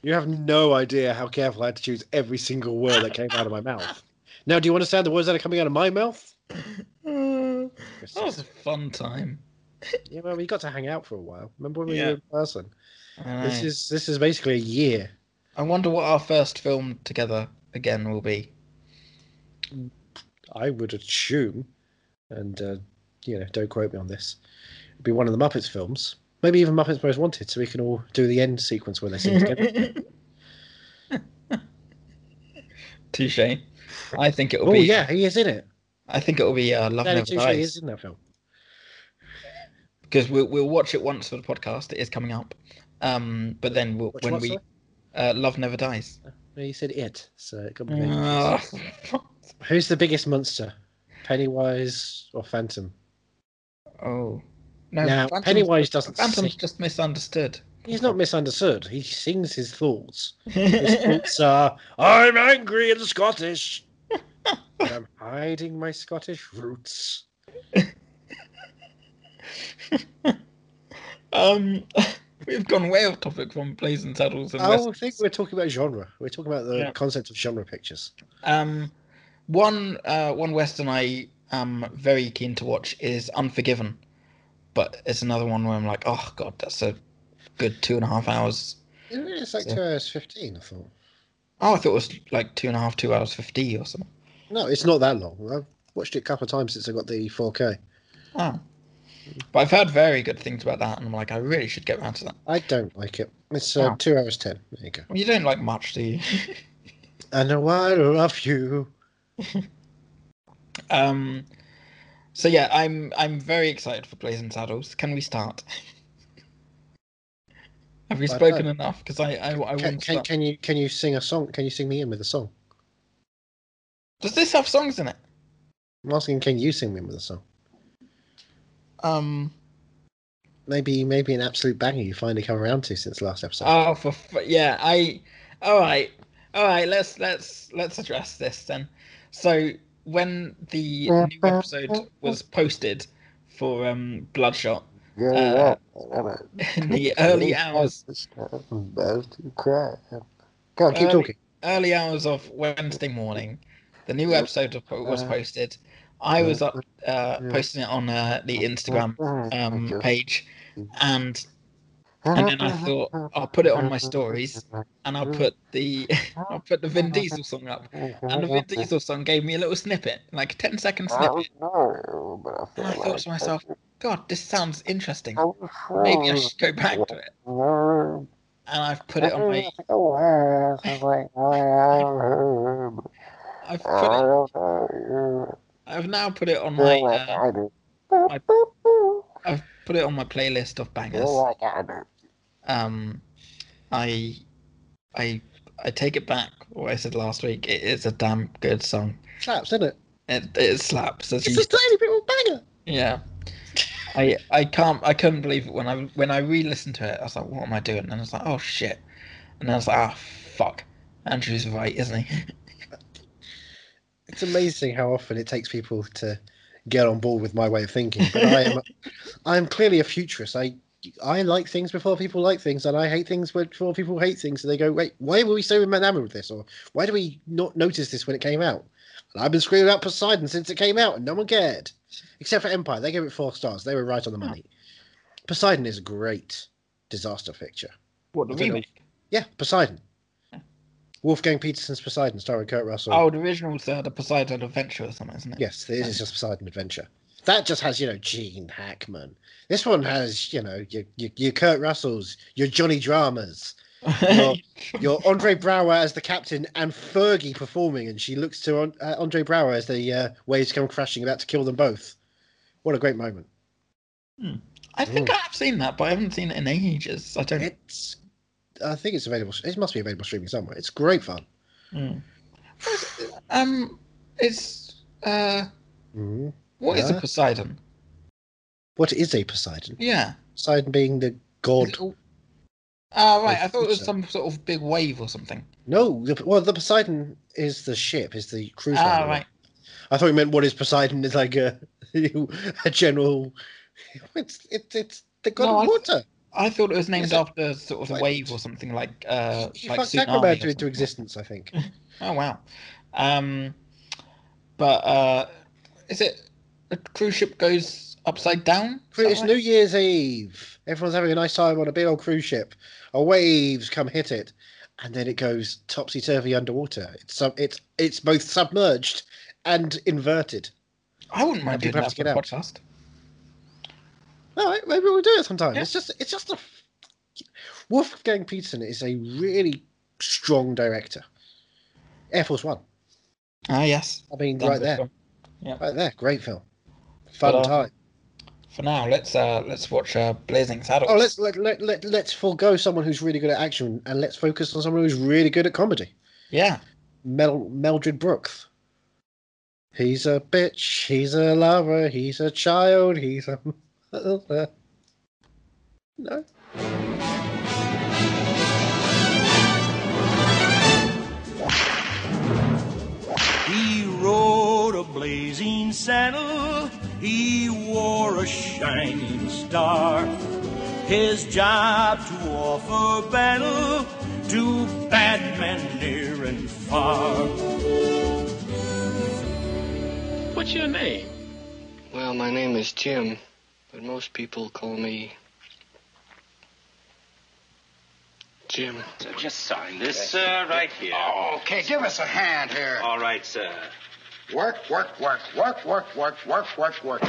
Speaker 1: You have no idea how careful I had to choose every single word that came out of my mouth. Now, do you understand the words that are coming out of my mouth?
Speaker 2: that was a fun time.
Speaker 1: Yeah, well, we got to hang out for a while. Remember when we
Speaker 2: Yeah.
Speaker 1: were in person?
Speaker 2: I
Speaker 1: This
Speaker 2: know.
Speaker 1: is this is basically a year.
Speaker 2: I wonder what our first film together again will be.
Speaker 1: I would assume, and uh, you know, don't quote me on this. It'd be one of the Muppets films, maybe even Muppets Most Wanted, so we can all do the end sequence where they sing together.
Speaker 2: Touche. I think it will
Speaker 1: oh
Speaker 2: be.
Speaker 1: yeah, he is in it.
Speaker 2: I think it will be uh, Love
Speaker 1: Danny
Speaker 2: Never
Speaker 1: Touche
Speaker 2: Dies.
Speaker 1: is in that film.
Speaker 2: because we'll we'll watch it once for the podcast. It is coming up, um, but then we'll,
Speaker 1: Which
Speaker 2: when
Speaker 1: one,
Speaker 2: we
Speaker 1: sorry?
Speaker 2: uh, love never dies.
Speaker 1: No, you said it, so it could be.
Speaker 2: Ah,
Speaker 1: Who's the biggest monster, Pennywise or Phantom?
Speaker 2: oh no!
Speaker 1: now,
Speaker 2: Phantom's,
Speaker 1: Pennywise doesn't.
Speaker 2: Phantom's
Speaker 1: sing.
Speaker 2: just misunderstood.
Speaker 1: He's not misunderstood. He sings his thoughts. His
Speaker 2: yeah,
Speaker 1: thoughts are, "I'm angry and Scottish, but I'm hiding my Scottish roots."
Speaker 2: um, we've gone way off topic from Blazing Saddles and
Speaker 1: I don't
Speaker 2: Westerns.
Speaker 1: think we're talking about genre. We're talking about the
Speaker 2: Yeah.
Speaker 1: concept of genre pictures.
Speaker 2: Um, one uh, one Western I am very keen to watch is Unforgiven, but it's another one where I'm like, oh god, that's a good two and a half hours
Speaker 1: Isn't it? It's like
Speaker 2: Yeah.
Speaker 1: two hours fifteen. I thought.
Speaker 2: Oh, I thought it was like two and a half, two hours fifty or something.
Speaker 1: No, it's not that long. I've watched it a couple of times since I got the 4K.
Speaker 2: Oh. But I've heard very good things about that, and I'm like, I really should get round to that.
Speaker 1: I don't like it. It's uh,
Speaker 2: Oh.
Speaker 1: two hours ten. There you go.
Speaker 2: Well, you don't like much, do you?
Speaker 1: And a while of you.
Speaker 2: um, so yeah, I'm I'm very excited for Blazing Saddles. Can we start? Have we
Speaker 1: I
Speaker 2: spoken
Speaker 1: don't-
Speaker 2: enough? Because I I, I
Speaker 1: Can,
Speaker 2: want to
Speaker 1: can,
Speaker 2: start.
Speaker 1: can you can you sing a song? Can you sing me in with a song?
Speaker 2: Does this have songs in it?
Speaker 1: I'm asking, can you sing me in with a song?
Speaker 2: Um.
Speaker 1: Maybe maybe an absolute banger you finally come around to since last episode.
Speaker 2: Oh, for f- yeah. I. All right. All right. Let's let's let's address this then. So when the new episode was posted for um Bloodshot, uh, in the early hours,
Speaker 1: Go on, keep
Speaker 2: early-
Speaker 1: talking.
Speaker 2: early hours of Wednesday morning, the new episode of- was posted. I was up uh, posting it on uh, the Instagram um, page, and and then I thought I'll put it on my stories, and I'll put the I'll put the Vin Diesel song up. And the Vin Diesel song gave me a little snippet, like a 10 second snippet. And mm-hmm. I thought to myself, God, this sounds interesting. Maybe I should go back to it. And I've put it on my. oh, I've put it. I've now put it on my. Uh, I've put it on my playlist of bangers. Um, I, I, I take it back. What I said last week. It is a damn good song.
Speaker 1: Slaps, isn't it?
Speaker 2: It, it slaps. As
Speaker 1: It's
Speaker 2: you
Speaker 1: a tiny bit of a banger.
Speaker 2: Yeah. I I can't I couldn't believe it when I when I re-listened to it. I was like, what am I doing? And I was like, oh shit. And I was like, ah, fuck. Andrew's right, isn't he?
Speaker 1: It's amazing how often it takes people to get on board with my way of thinking. But I am, I am clearly a futurist. I, I like things before people like things, and I hate things before people hate things. So they go, wait, why were we so enamored with this, or why do we not notice this when it came out? And I've been screaming about Poseidon since it came out, and no one cared, except for Empire. They gave it four stars. They were right on the money. Poseidon is a great disaster picture.
Speaker 2: What, the
Speaker 1: I don't know.
Speaker 2: remake?
Speaker 1: Yeah, Poseidon. Wolfgang Petersen's Poseidon, starring Kurt Russell.
Speaker 2: Oh, the original's uh, the Poseidon Adventure or something, isn't it?
Speaker 1: Yes, it is just Poseidon Adventure. That just has, you know, Gene Hackman. This one has, you know, your, your, your Kurt Russells, your Johnny Dramas, your, your Andre Brower as the captain, and Fergie performing, and she looks to An- uh, Andre Brower as the uh, waves come crashing, about to kill them both. What a great moment.
Speaker 2: I think I have seen that, but I haven't seen it in ages. I don't.
Speaker 1: It's, I think it's available, it must be available streaming somewhere. It's great fun.
Speaker 2: Mm. Um, it's uh,
Speaker 1: Mhm.
Speaker 2: what is a
Speaker 1: Yeah.
Speaker 2: Poseidon?
Speaker 1: What is a Poseidon?
Speaker 2: Yeah.
Speaker 1: Poseidon being the
Speaker 2: Is
Speaker 1: god
Speaker 2: it all- Ah, right. I
Speaker 1: Of
Speaker 2: thought it was
Speaker 1: Poseidon.
Speaker 2: some sort of big wave or something.
Speaker 1: No, the, well, the Poseidon is the ship, is the cruise
Speaker 2: Ah,
Speaker 1: liner.
Speaker 2: right.
Speaker 1: I thought you meant what is Poseidon is like a a general. It's it's it's the god
Speaker 2: No, I-
Speaker 1: of water.
Speaker 2: I thought it was named
Speaker 1: Is it-
Speaker 2: after sort of a
Speaker 1: Wait.
Speaker 2: wave or something like uh,
Speaker 1: he
Speaker 2: like
Speaker 1: fucked
Speaker 2: tsunami. or
Speaker 1: Aquaman into
Speaker 2: something.
Speaker 1: existence, I think.
Speaker 2: Oh wow. Um, but uh, is it a cruise ship goes upside down? Is that
Speaker 1: It's
Speaker 2: right?
Speaker 1: New Year's Eve. Everyone's having a nice time on a big old cruise ship. A waves come hit it, and then it goes topsy turvy underwater. It's sub, it's it's both submerged and inverted.
Speaker 2: I wouldn't mind
Speaker 1: Yeah, people
Speaker 2: doing that
Speaker 1: have
Speaker 2: for
Speaker 1: to
Speaker 2: a
Speaker 1: get out.
Speaker 2: podcast.
Speaker 1: All right, maybe we'll do it sometime.
Speaker 2: Yeah.
Speaker 1: It's just it's just a Wolfgang Peterson is a really strong director. Air Force One.
Speaker 2: Ah yes.
Speaker 1: I mean,
Speaker 2: Done
Speaker 1: right
Speaker 2: this
Speaker 1: there,
Speaker 2: one.
Speaker 1: right there. Great film. Fun
Speaker 2: But, uh,
Speaker 1: time.
Speaker 2: For now, let's uh let's watch uh, Blazing Saddles.
Speaker 1: Oh, let's let, let, let let's forego someone who's really good at action and let's focus on someone who's really good at comedy.
Speaker 2: Yeah.
Speaker 1: Mel Meldred Brooks. He's a bitch. He's a lover. He's a child. He's a mother. No.
Speaker 3: He rode a blazing saddle, he wore a shining star. His job to offer battle to bad men near and far.
Speaker 4: What's your name?
Speaker 5: Well, my name is Jim, but most people call me Jim.
Speaker 4: Just sign this, sir, right here.
Speaker 6: Okay, give us a hand here.
Speaker 4: All right, sir.
Speaker 6: Work, work, work, work, work, work, work, work, work.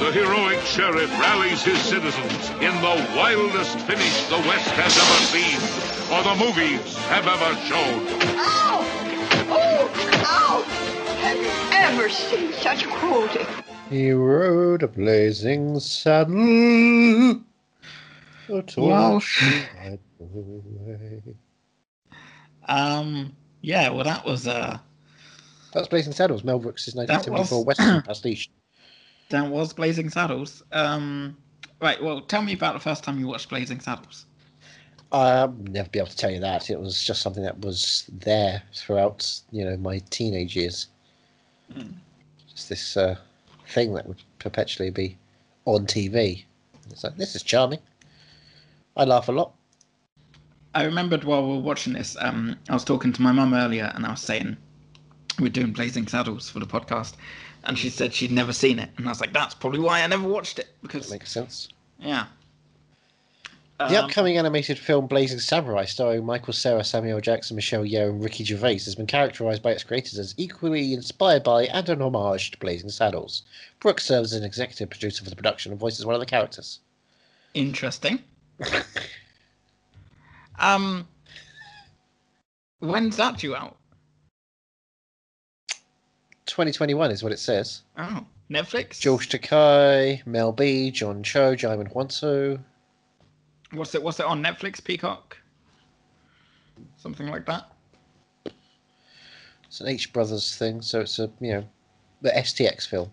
Speaker 7: The heroic sheriff rallies his citizens in the wildest finish the West has ever seen, or the movies have ever shown.
Speaker 8: Ow! Oh! Ow! Have you ever seen such cruelty?
Speaker 1: He rode a blazing saddle. A torch
Speaker 2: Wow.
Speaker 1: light the way.
Speaker 2: Um. Yeah. Well, that was uh
Speaker 1: That's Blazing Saddles, Mel Brooks'
Speaker 2: That
Speaker 1: 1974
Speaker 2: was-
Speaker 1: Western pastiche.
Speaker 2: that was Blazing Saddles. Um. Right. Well, tell me about the first time you watched Blazing Saddles.
Speaker 1: I'll Um, never be able to tell you that. It was just something that was there throughout, you know, my teenage years.
Speaker 2: Hmm.
Speaker 1: Just this uh, thing that would perpetually be on TV. It's like this is charming. I laugh a lot.
Speaker 2: I remembered while we were watching this, um, I was talking to my mum earlier, and I was saying we're doing Blazing Saddles for the podcast, and she said she'd never seen it, and I was like, that's probably why I never watched it
Speaker 1: That
Speaker 2: because
Speaker 1: makes sense.
Speaker 2: yeah.
Speaker 1: the
Speaker 2: Um,
Speaker 1: upcoming animated film Blazing Samurai, starring Michael Cera, Samuel Jackson, Michelle Yeoh, and Ricky Gervais, has been characterized by its creators as equally inspired by and an homage to Blazing Saddles. Brooks serves as an executive producer for the production and voices one of the characters.
Speaker 2: Interesting. um, when's that due out?
Speaker 1: 2021 is what it says.
Speaker 2: Oh, Netflix.
Speaker 1: George Takai, Mel B, John Cho, Jaimin Hwansu.
Speaker 2: what's it? What's it on Netflix? Peacock. Something like that.
Speaker 1: It's an H Brothers thing, so it's a, you know, the STX film.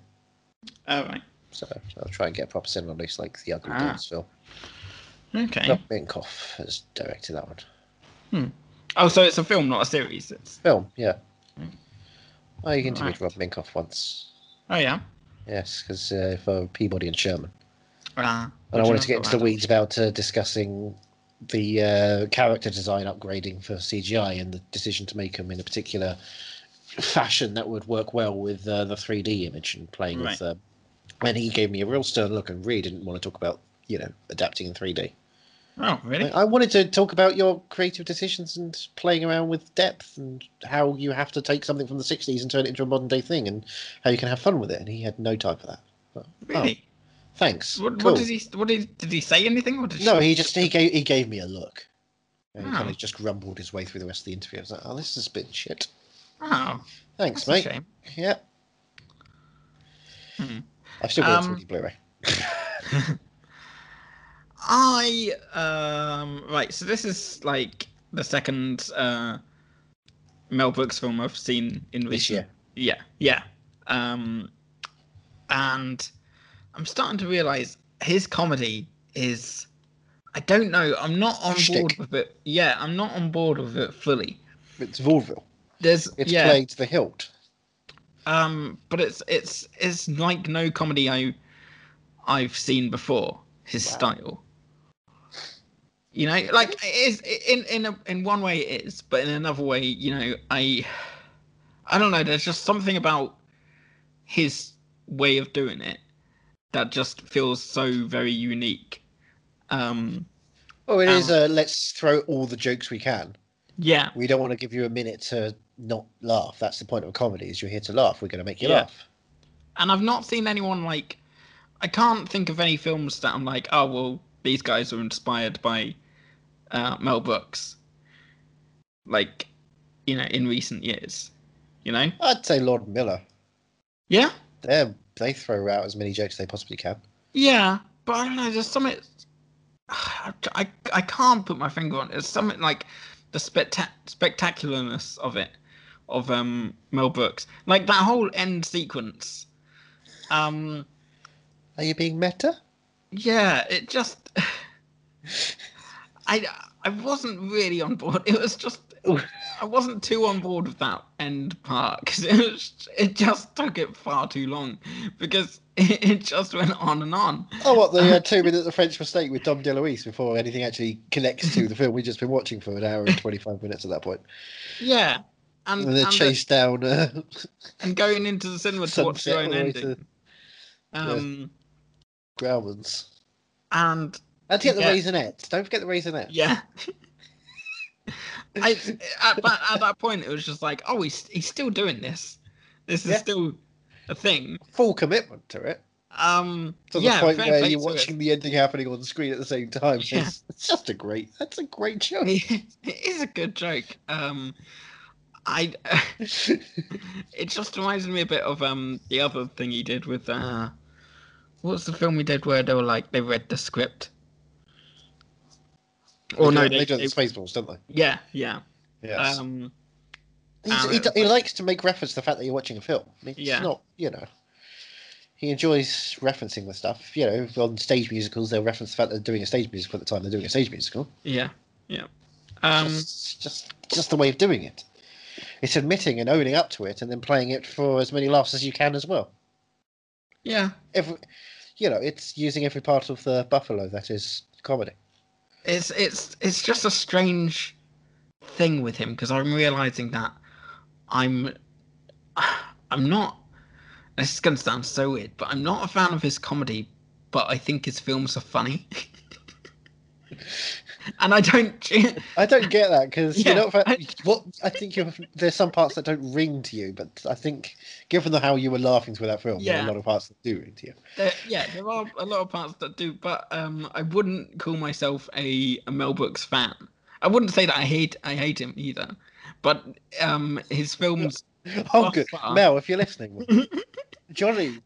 Speaker 2: All right.
Speaker 1: So I'll try and get a proper cinema release like the Ugly
Speaker 2: Ah. Eh?
Speaker 1: Dudes film.
Speaker 2: Okay.
Speaker 1: Not Minkoff has directed that one.
Speaker 2: Oh, so it's a film, not a series. It's...
Speaker 1: Film, yeah. I interviewed
Speaker 2: Hmm. Right.
Speaker 1: Rob Minkoff once.
Speaker 2: Oh yeah.
Speaker 1: Yes, because uh, for Peabody and Sherman.
Speaker 2: Ah.
Speaker 1: And I
Speaker 2: Would you
Speaker 1: wanted
Speaker 2: not
Speaker 1: to get into
Speaker 2: go
Speaker 1: the
Speaker 2: around?
Speaker 1: weeds about uh, discussing the uh, character design upgrading for CGI and the decision to make them in a particular fashion that would work well with uh, the 3D image and playing
Speaker 2: Right.
Speaker 1: with. Uh, and he gave me a real stern look and really didn't want to talk about you know adapting in 3D.
Speaker 2: Oh really?
Speaker 1: I I wanted to talk about your creative decisions and playing around with depth and how you have to take something from the 60s and turn it into a modern day thing and how you can have fun with it. And he had no time for that. But,
Speaker 2: Really?
Speaker 1: Oh, thanks.
Speaker 2: What,
Speaker 1: Cool.
Speaker 2: what did he? What did, did he say anything? Or did
Speaker 1: No, he just he gave he gave me a look. And he
Speaker 2: Oh.
Speaker 1: kind of just rumbled his way through the rest of the interview. I was like, "Oh, this has been shit."
Speaker 2: Oh,
Speaker 1: Thanks,
Speaker 2: that's a
Speaker 1: mate.
Speaker 2: shame.
Speaker 1: Yeah.
Speaker 2: Hmm.
Speaker 1: I've still got
Speaker 2: Um,
Speaker 1: the 3D Blu-ray.
Speaker 2: I um right. So this is like the second uh Mel Brooks film I've seen in recent.
Speaker 1: This year.
Speaker 2: Yeah, yeah. Um, and I'm starting to realize his comedy is. I don't know. I'm not on board
Speaker 1: Shtick.
Speaker 2: with it. Yeah, I'm not on board with it fully.
Speaker 1: It's vaudeville.
Speaker 2: There's
Speaker 1: It's
Speaker 2: yeah.
Speaker 1: played to the hilt.
Speaker 2: Um, but it's it's it's like no comedy I I've seen before. His style, you know, like it is in in a, in one way it is, but in another way, you know, I I don't know. There's just something about his way of doing it that just feels so very unique. Um,
Speaker 1: Oh, it is.
Speaker 2: Um,
Speaker 1: Uh, let's throw all the jokes we can.
Speaker 2: yeah,
Speaker 1: We don't want to give you a minute to not laugh. That's the point of a comedy: is you're here to laugh. We're going to make you
Speaker 2: Yeah.
Speaker 1: laugh.
Speaker 2: and I've not seen anyone like. I can't think of any films that I'm like, oh well, these guys are inspired by uh, Mel Brooks. Like, you know, in recent years, you know.
Speaker 1: I'd say Lord Miller.
Speaker 2: Yeah,
Speaker 1: They they throw out as many jokes as they possibly can.
Speaker 2: yeah, but I don't know. There's something I, I, I can't put my finger on. it. It's something like the spectac- spectacularness of it, of um Mel Brooks, like that whole end sequence. Um,
Speaker 1: Are you being meta?
Speaker 2: Yeah, it just I I wasn't really on board. It was just I wasn't too on board with that end part because it was, it just took it far too long because it, it just went on and on.
Speaker 1: Oh, what the uh, two minutes of French mistake with Dom DeLuise before anything actually connects to the film we've just been watching for an hour and twenty five minutes at that point,
Speaker 2: Yeah, and
Speaker 1: and they're
Speaker 2: and, the-
Speaker 1: chased down. Uh,
Speaker 2: and going into the cinema to watch
Speaker 1: sunset
Speaker 2: your
Speaker 1: all
Speaker 2: own
Speaker 1: the way to
Speaker 2: ending. Um,
Speaker 1: Grauman's.
Speaker 2: and
Speaker 1: And to get the
Speaker 2: Yeah.
Speaker 1: raisinette. Don't forget the raisinette.
Speaker 2: yeah. I at, that- at that point it was just like, oh, he's he's still doing this. This is
Speaker 1: Yeah.
Speaker 2: still a thing.
Speaker 1: Full commitment to it.
Speaker 2: Um,
Speaker 1: To the
Speaker 2: yeah,
Speaker 1: point
Speaker 2: fair
Speaker 1: where
Speaker 2: play
Speaker 1: you're
Speaker 2: to
Speaker 1: watching the ending happening on screen at the same time.
Speaker 2: Yeah.
Speaker 1: It's, it's just a great. That's a great show.
Speaker 2: It. it is a good joke. Um, I. it just reminds me a bit of um the other thing he did with uh, what's the film he did where they were like they read the script. Or no,
Speaker 1: they,
Speaker 2: they,
Speaker 1: do it in
Speaker 2: they-
Speaker 1: Spaceballs, don't they?
Speaker 2: yeah, yeah.
Speaker 1: Yes.
Speaker 2: Um,
Speaker 1: He's-
Speaker 2: Um,
Speaker 1: he, d- he likes to make reference to the fact that you're watching a film. I mean, It's
Speaker 2: Yeah.
Speaker 1: not, you know. He enjoys referencing the stuff. You know, on stage musicals, they'll reference the fact they're doing a stage musical at the time they're doing a stage musical.
Speaker 2: yeah, yeah.
Speaker 1: Mm.
Speaker 2: Um,
Speaker 1: just, just, just the way of doing it. It's admitting and owning up to it, and then playing it for as many laughs as you can as well.
Speaker 2: yeah.
Speaker 1: Every, you know, it's using every part of the buffalo that is comedy.
Speaker 2: it's it's it's just a strange thing with him because I'm realizing that I'm I'm not. This is gonna sound so weird, but I'm not a fan of his comedy. But I think his films are funny, and I don't. che-
Speaker 1: I don't get that because
Speaker 2: Yeah,
Speaker 1: you know
Speaker 2: I-
Speaker 1: what I think you have, there's some parts that don't ring to you, but I think given the how you were laughing through that film, there are
Speaker 2: Yeah.
Speaker 1: a lot of parts that do ring to you.
Speaker 2: there, yeah, there are a lot of parts that do, but um, I wouldn't call myself a, a Mel Brooks fan. I wouldn't say that I hate I hate him either, but um, his films.
Speaker 1: Oh, good,
Speaker 2: far.
Speaker 1: Mel, if you're listening, Johnny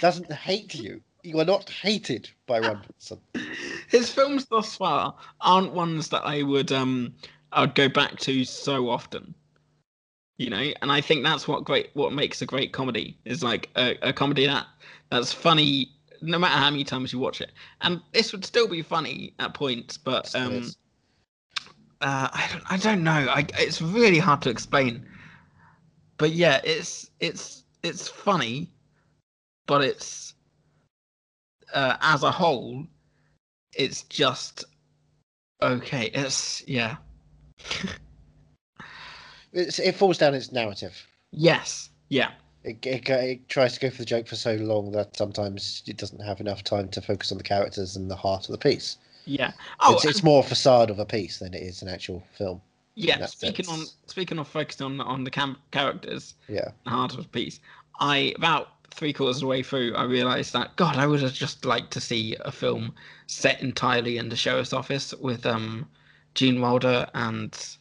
Speaker 1: doesn't hate you. You are not hated by one person.
Speaker 2: his films thus far aren't ones that I would um I'd go back to so often. you know and i think that's what great what makes a great comedy is like a, a comedy that that's funny no matter how many times you watch it and this would still be funny at points but
Speaker 1: Still
Speaker 2: um
Speaker 1: is.
Speaker 2: uh, i don't i don't know I, it's really hard to explain but yeah it's it's it's funny but it's uh, as a whole it's just okay it's yeah
Speaker 1: It's, it falls down its narrative.
Speaker 2: yes yeah
Speaker 1: It, it, go- it tries to go for the joke for so long that sometimes it doesn't have enough time to focus on the characters and the heart of the piece.
Speaker 2: yeah oh
Speaker 1: it's, it's more a facade of a piece than it is an actual film.
Speaker 2: Yeah,
Speaker 1: that
Speaker 2: speaking on
Speaker 1: sense.
Speaker 2: speaking of focusing on on the cam- characters,
Speaker 1: Yeah.
Speaker 2: the heart of the piece. I about three quarters of the way through, I realised that God, I would have just liked to see a film set entirely in the sheriff's office with um Gene Wilder and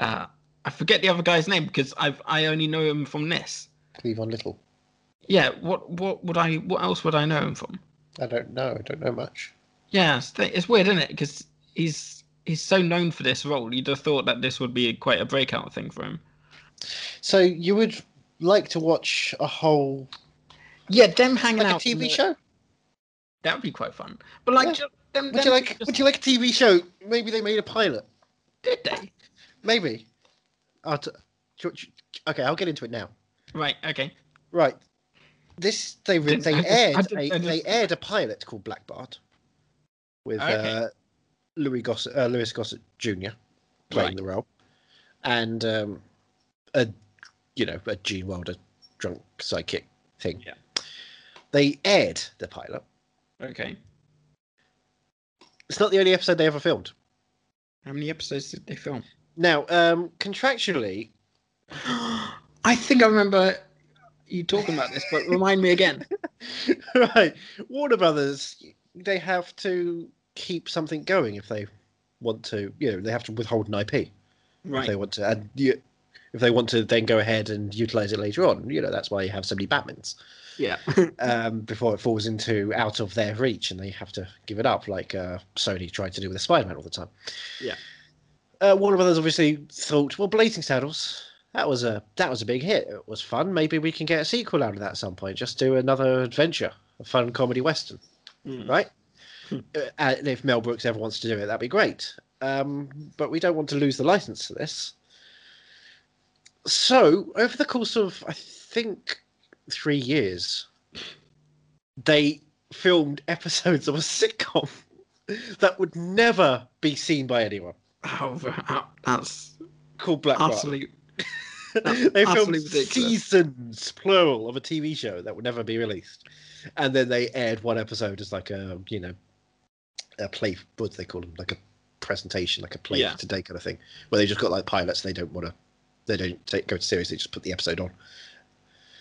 Speaker 2: uh I forget the other guy's name because I've I only know him from this.
Speaker 1: Cleavon Little.
Speaker 2: Yeah, what what would I what else would I know him from?
Speaker 1: I don't know. I don't know much.
Speaker 2: Yeah, it's, th- it's weird, isn't it? Because he's he's so known for this role. You'd have thought that this would be quite a breakout thing for him.
Speaker 1: So you would like to watch a whole
Speaker 2: Yeah, them hanging
Speaker 1: like a
Speaker 2: out in
Speaker 1: TV
Speaker 2: the-
Speaker 1: show?
Speaker 2: That would be quite fun. But like,
Speaker 1: Yeah.
Speaker 2: ju- them,
Speaker 1: Would
Speaker 2: them
Speaker 1: you like?
Speaker 2: just-
Speaker 1: Would you like a TV show? Maybe they made a pilot.
Speaker 2: Did they?
Speaker 1: Maybe. I'll t- do you- do you- okay, I'll get into it now.
Speaker 2: Right. Okay.
Speaker 1: Right. This they re-
Speaker 2: Didn't-
Speaker 1: they
Speaker 2: I just-
Speaker 1: aired
Speaker 2: I didn't-
Speaker 1: a,
Speaker 2: I just-
Speaker 1: they aired a pilot called Black Bart with
Speaker 2: Okay.
Speaker 1: uh, Louis Gossett uh, Louis Gossett Jr. playing
Speaker 2: Right.
Speaker 1: the role, and um, a you know a Gene Wilder drunk psychic thing.
Speaker 2: Yeah.
Speaker 1: They aired the pilot.
Speaker 2: Okay.
Speaker 1: It's not the only episode they ever filmed.
Speaker 2: How many episodes did they film?
Speaker 1: Now, um, contractually,
Speaker 2: I think I remember you talking about this, but remind me again.
Speaker 1: right, Warner Brothers, they have to keep something going if they want to. You know, they have to withhold an IP. if they
Speaker 2: Right.
Speaker 1: want to, and you, if they want to then go ahead and utilize it later on, you know that's why you have so many Batmans
Speaker 2: Yeah.
Speaker 1: um, before it falls into out of their reach and they have to give it up, like uh, Sony tried to do with Spider-Man all the time.
Speaker 2: Yeah.
Speaker 1: Uh, Warner Brothers obviously thought, well, Blazing Saddles, that was a that was a big hit. It was fun. Maybe we can get a sequel out of that at some point. Just do another adventure, a fun comedy western,
Speaker 2: Mm.
Speaker 1: right? Uh, and if Mel Brooks ever wants to do it, that'd be great. Um, but we don't want to lose the license to this. So over the course of I think three years, they filmed episodes of a sitcom that would never be seen by anyone
Speaker 2: Oh, wow, that's
Speaker 1: called Black Bart.
Speaker 2: absolute.
Speaker 1: they filmed
Speaker 2: utterly ridiculous.
Speaker 1: seasons plural of a TV show that would never be released, and then they aired one episode as like a you know a play. What do they call them? Like a presentation, like a play
Speaker 2: Yeah.
Speaker 1: for today kind of thing, where they just got like pilots. They don't want to. They don't take, go to series. They just put the episode on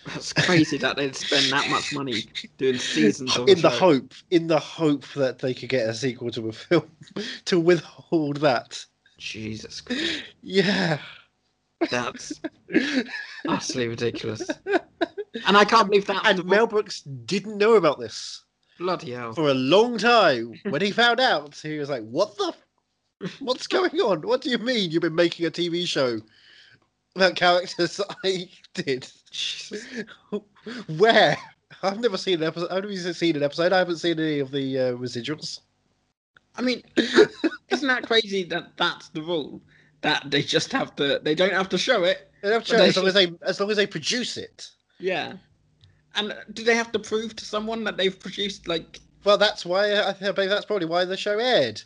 Speaker 2: That's crazy that they'd spend that much money doing seasons of a
Speaker 1: in the
Speaker 2: show.
Speaker 1: hope, in the hope that they could get a sequel to a film to withhold that.
Speaker 2: Jesus, Christ,
Speaker 1: Yeah.
Speaker 2: that's utterly ridiculous. And I can't believe that.
Speaker 1: And Mel Brooks didn't know about this
Speaker 2: bloody hell.
Speaker 1: for a long time. When he found out, he was like, "What the? f- What's going on? What do you mean you've been making a TV show about characters that I did? Where? I've never seen an episode. I've never seen an episode. I haven't seen any of the uh, residuals.
Speaker 2: I mean, isn't that crazy that that's the rule? That they just have to, they don't have to show it.
Speaker 1: They don't have to
Speaker 2: But
Speaker 1: show it
Speaker 2: they
Speaker 1: as long as they as long as they produce it."
Speaker 2: Yeah. And do they have to prove to someone that they've produced, like,
Speaker 1: Well, that's why I think that's probably why the show aired.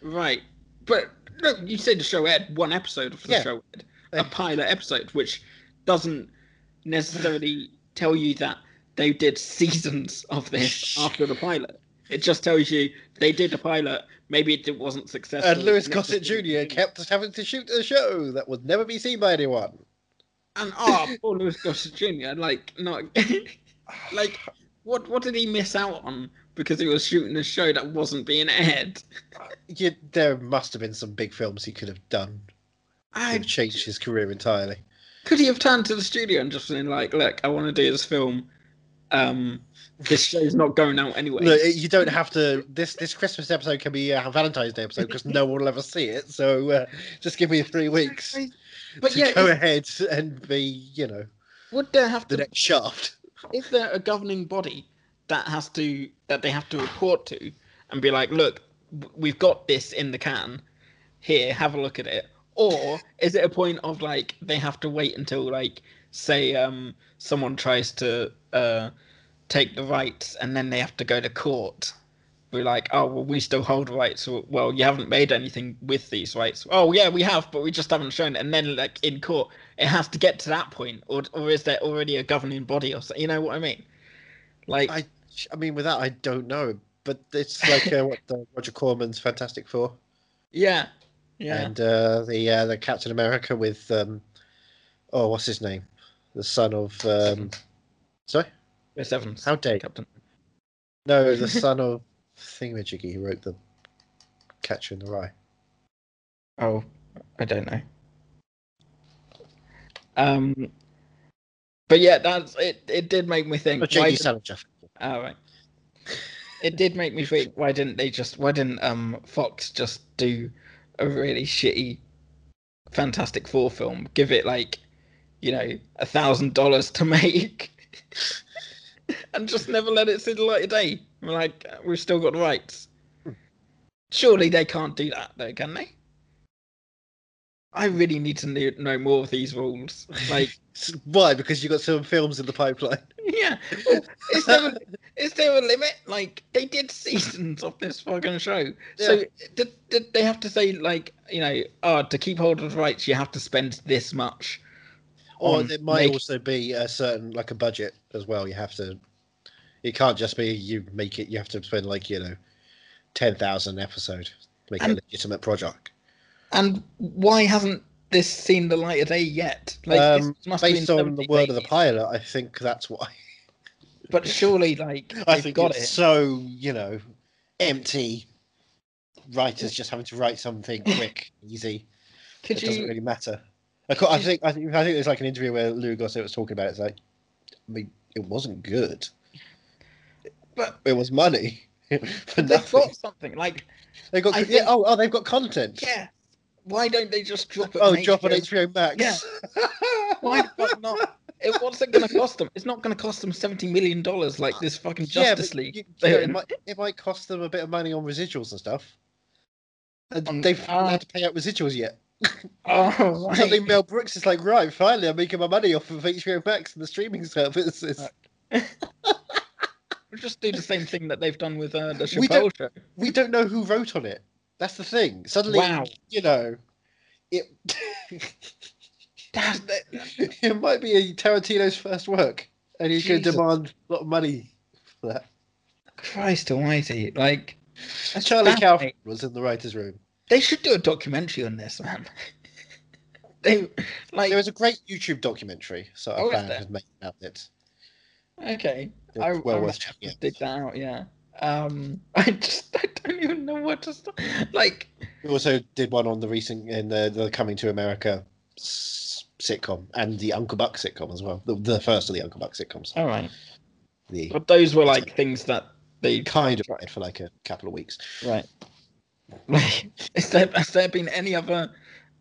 Speaker 2: right? But no, you said the show aired one episode of the
Speaker 1: Yeah.
Speaker 2: show aired, a pilot episode, which doesn't necessarily tell you that they did seasons of this after the pilot. It just tells you they did the pilot. Maybe it wasn't successful.
Speaker 1: And Lewis
Speaker 2: and it just
Speaker 1: Gossett
Speaker 2: didn't
Speaker 1: Jr.
Speaker 2: continue.
Speaker 1: kept having to shoot a show that would never be seen by anyone.
Speaker 2: And oh, poor Lewis Gossett Jr. Like, not like what? What did he miss out on because he was shooting a show that wasn't being aired?
Speaker 1: You, there must have been some big films he could have done
Speaker 2: I
Speaker 1: and changed his career entirely.
Speaker 2: could he have turned to the studio and just been like, "Look, I want to do this film. um, this show's not going out anyway.
Speaker 1: Look, it- you don't have to. This this Christmas episode can be a Valentine's Day episode because no one will ever see it. So uh, just give me three weeks
Speaker 2: but
Speaker 1: to
Speaker 2: yeah,
Speaker 1: go
Speaker 2: is-
Speaker 1: ahead and be, you know,
Speaker 2: would there have
Speaker 1: the
Speaker 2: to?
Speaker 1: next shaft.
Speaker 2: Is there a governing body that has to that they have to report to and be like, look, w- we've got this in the can. Here, have a look at it. Or is it a point of like they have to wait until like say um someone tries to uh take the rights and then they have to go to court. We're like, oh well, we still hold rights. Well, well, you haven't made anything with these rights. Oh yeah, we have, but we just haven't shown it. And then like in court, it has to get to that point, or or is there already a governing body or something? You know what I mean? Like,
Speaker 1: I, I mean, with that, I don't know. But it's like uh, what the Roger Corman's Fantastic Four
Speaker 2: yeah, yeah,
Speaker 1: and uh, the uh, the Captain America with um, oh, what's his name? The son of um, sorry,
Speaker 2: Chris Evans,
Speaker 1: how dare you?
Speaker 2: Captain.
Speaker 1: No, the son of Thingamajiggy who wrote the Catcher in the Rye.
Speaker 2: Oh, I don't know. Um, but yeah, that's it. It did make me think. why
Speaker 1: Majiggy,
Speaker 2: did-
Speaker 1: son of Jeff.
Speaker 2: All right. It did make me think. Why didn't they just? Why didn't um Fox just do a really shitty Fantastic Four film? Give it like, you know, a thousand dollars to make, and just never let it see the light of day. We're like, we've still got rights. Surely they can't do that, though, can they? I really need to kno- know more of these rules. Like,
Speaker 1: Why? Because you got some films in the pipeline.
Speaker 2: yeah. Well, Is there, a, is there a limit? Like, they did seasons of this fucking show. So,
Speaker 1: Yeah.
Speaker 2: did, did they have to say, like, you know, oh, to keep hold of the rights, you have to spend this much?
Speaker 1: Or
Speaker 2: on
Speaker 1: there might
Speaker 2: make-
Speaker 1: also be a certain like a budget as well. You have to. It can't just be you make it. You have to spend like you know, ten thousand episode make
Speaker 2: And-
Speaker 1: a legitimate project.
Speaker 2: And why hasn't this seen the light of day yet? Like, this
Speaker 1: um,
Speaker 2: must have
Speaker 1: based
Speaker 2: been
Speaker 1: on the
Speaker 2: 70s,
Speaker 1: word of the
Speaker 2: 80s.
Speaker 1: pilot, I think that's why.
Speaker 2: But surely, like,
Speaker 1: I
Speaker 2: they've
Speaker 1: think
Speaker 2: got
Speaker 1: it's
Speaker 2: it.
Speaker 1: so you know, empty. Writers just having to write something quick, easy.
Speaker 2: Could
Speaker 1: it doesn't
Speaker 2: you?
Speaker 1: really matter. I, cou- I think I think I think there's like an interview where Lou Gossett was talking about it. It's like, I mean, it wasn't good.
Speaker 2: But
Speaker 1: It was money for
Speaker 2: they've
Speaker 1: nothing.
Speaker 2: got something. Like,
Speaker 1: They've got
Speaker 2: I
Speaker 1: yeah,
Speaker 2: think-
Speaker 1: oh oh they've got content.
Speaker 2: yeah. Why don't they just drop it?
Speaker 1: Oh,
Speaker 2: on
Speaker 1: drop on
Speaker 2: HBO?
Speaker 1: HBO Max.
Speaker 2: Why the fuck not? It, what's it going to cost them? It's not going to cost them seventy million dollars like this fucking
Speaker 1: Yeah,
Speaker 2: Justice
Speaker 1: but
Speaker 2: League.
Speaker 1: you- you know, it, might, it might cost them a bit of money on residuals and stuff. And
Speaker 2: On-
Speaker 1: they've
Speaker 2: ah.
Speaker 1: not had to pay out residuals yet.
Speaker 2: oh,
Speaker 1: I
Speaker 2: right.
Speaker 1: think Mel Brooks is like, right, finally, I'm making my money off of HBO Max and the streaming services.
Speaker 2: We'll just do the same thing that they've done with uh, the
Speaker 1: We
Speaker 2: Chappelle
Speaker 1: don't-
Speaker 2: show.
Speaker 1: we don't know who wrote on it. That's the thing. Suddenly,
Speaker 2: Wow.
Speaker 1: you know, it
Speaker 2: That's the-
Speaker 1: it might be a Tarantino's first work, and he's going to
Speaker 2: Jesus.
Speaker 1: demand a lot of money for that.
Speaker 2: Christ Almighty! Like that's
Speaker 1: Charlie
Speaker 2: bad,
Speaker 1: Kaufman
Speaker 2: mate.
Speaker 1: was in the writers' room.
Speaker 2: They should do a documentary on this, man. they like
Speaker 1: There was a great YouTube documentary, so
Speaker 2: Oh,
Speaker 1: a
Speaker 2: is
Speaker 1: fan
Speaker 2: there?
Speaker 1: has made about it.
Speaker 2: okay.
Speaker 1: It's well worth checking out.
Speaker 2: Dig that out, yeah. Um, I just I don't even know what to start. Like
Speaker 1: We also did one on the recent in the, the Coming to America s- sitcom and the Uncle Buck sitcom as well. The, the first of the Uncle Buck sitcoms.
Speaker 2: all right,
Speaker 1: The
Speaker 2: but those were like things that they
Speaker 1: kind of tried for like a couple of weeks.
Speaker 2: Right. Like, is there, has there been any other?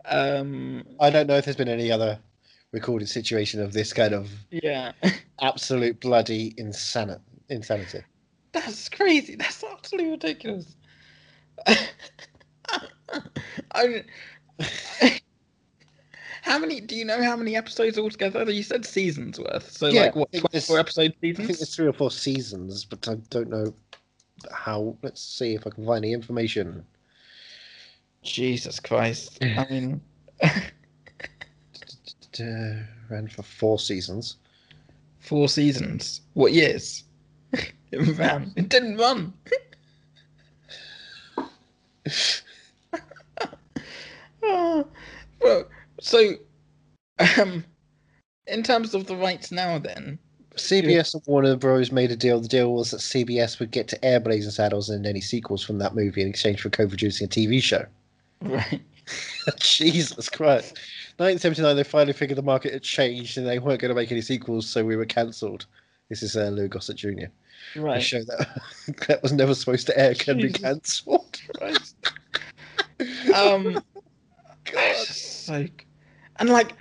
Speaker 2: Um,
Speaker 1: I don't know if there's been any other recorded situation of this kind of
Speaker 2: yeah,
Speaker 1: absolute bloody insanity. Insanity.
Speaker 2: that's crazy. That's absolutely ridiculous. I, how many? Do you know how many episodes altogether? You said seasons worth. So
Speaker 1: Yeah,
Speaker 2: like what?
Speaker 1: I think this-
Speaker 2: Twenty-four episode
Speaker 1: I think there's
Speaker 2: seasons.
Speaker 1: three or four seasons, but I don't know how. Let's see if I can find any information.
Speaker 2: Jesus Christ! I mean,
Speaker 1: Uh, ran for four seasons.
Speaker 2: four seasons. What years? it ran. It didn't run. oh, well, so, um, in terms of the rights now, then,
Speaker 1: CBS and Warner Bros. made a deal. The deal was that CBS would get to air Blazing Saddles and any sequels from that movie in exchange for co-producing a TV show.
Speaker 2: right?
Speaker 1: Jesus Christ! 1979, they finally figured the market had changed and they weren't going to make any sequels, so we were cancelled. This is uh, Lou Gossett Jr. A
Speaker 2: Right.
Speaker 1: show that that was never supposed to air can be
Speaker 2: Jesus
Speaker 1: cancelled.
Speaker 2: Christ. um, it's just so, and like,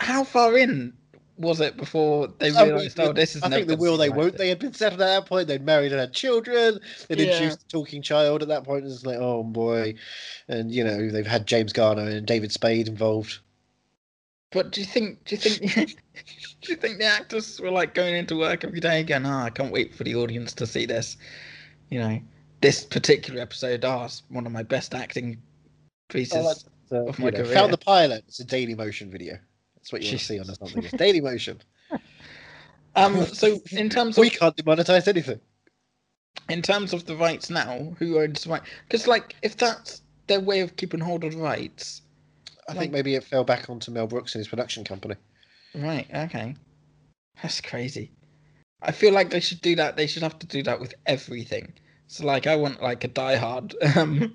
Speaker 2: how far in was it before they
Speaker 1: I mean,
Speaker 2: realised? Oh, this is.
Speaker 1: I think
Speaker 2: never
Speaker 1: the will they
Speaker 2: gonna
Speaker 1: won't.
Speaker 2: survive
Speaker 1: They had been settled at that point. They'd married and had children. They'd
Speaker 2: Yeah.
Speaker 1: introduced a talking child at that point. It's like, oh boy, and you know they've had James Garner and David Spade involved.
Speaker 2: But do you think? Do you think? do you think the actors were like going into work every day again? Ah, I can't wait for the audience to see this. You know, this particular episode. Ah, it's one of my best acting pieces.
Speaker 1: Oh, that's- So,
Speaker 2: Of
Speaker 1: you
Speaker 2: my
Speaker 1: know,
Speaker 2: career.
Speaker 1: found the pilot. It's a Daily Motion video. That's what you want to see on something. It's Daily Motion.
Speaker 2: um. So in terms of
Speaker 1: We can't demonetize anything.
Speaker 2: in terms of the rights now, who owns the right? Because like, if that's their way of keeping hold of the rights,
Speaker 1: I
Speaker 2: Like-
Speaker 1: think maybe it fell back onto Mel Brooks and his production company.
Speaker 2: right? Okay, that's crazy. I feel like they should do that. They should have to do that with everything. So like, I want like a Die Hard um,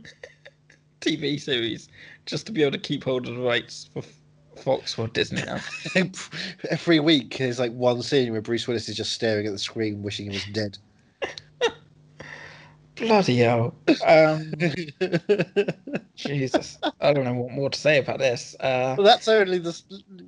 Speaker 2: TV series just to be able to keep hold of the rights for F- Fox or Disney now.
Speaker 1: Every week, there's like one scene where Bruce Willis is just staring at the screen, wishing he was dead.
Speaker 2: Bloody hell. Um, Jesus, I don't know what more to say about this. Uh,
Speaker 1: Well, that's only the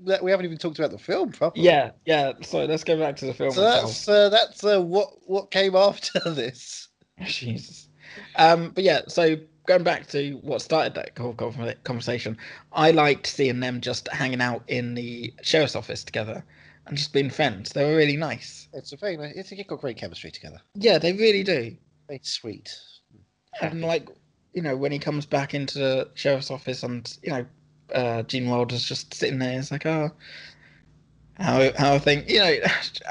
Speaker 1: that we haven't even talked about the film properly.
Speaker 2: yeah, yeah. So let's go back to the film.
Speaker 1: So
Speaker 2: itself.
Speaker 1: that's uh, that's uh, what what came after this.
Speaker 2: Jesus. Um, but yeah, so going back to what started that whole con- conversation, I liked seeing them just hanging out in the sheriff's office together and just being friends. They were really nice.
Speaker 1: It's a very nice. It's they've got great chemistry together.
Speaker 2: Yeah, they really do.
Speaker 1: Very sweet.
Speaker 2: And like, you know, when he comes back into the sheriff's office and, you know, uh, Gene Wilder's just sitting there, it's like, oh, how, how I think, you know,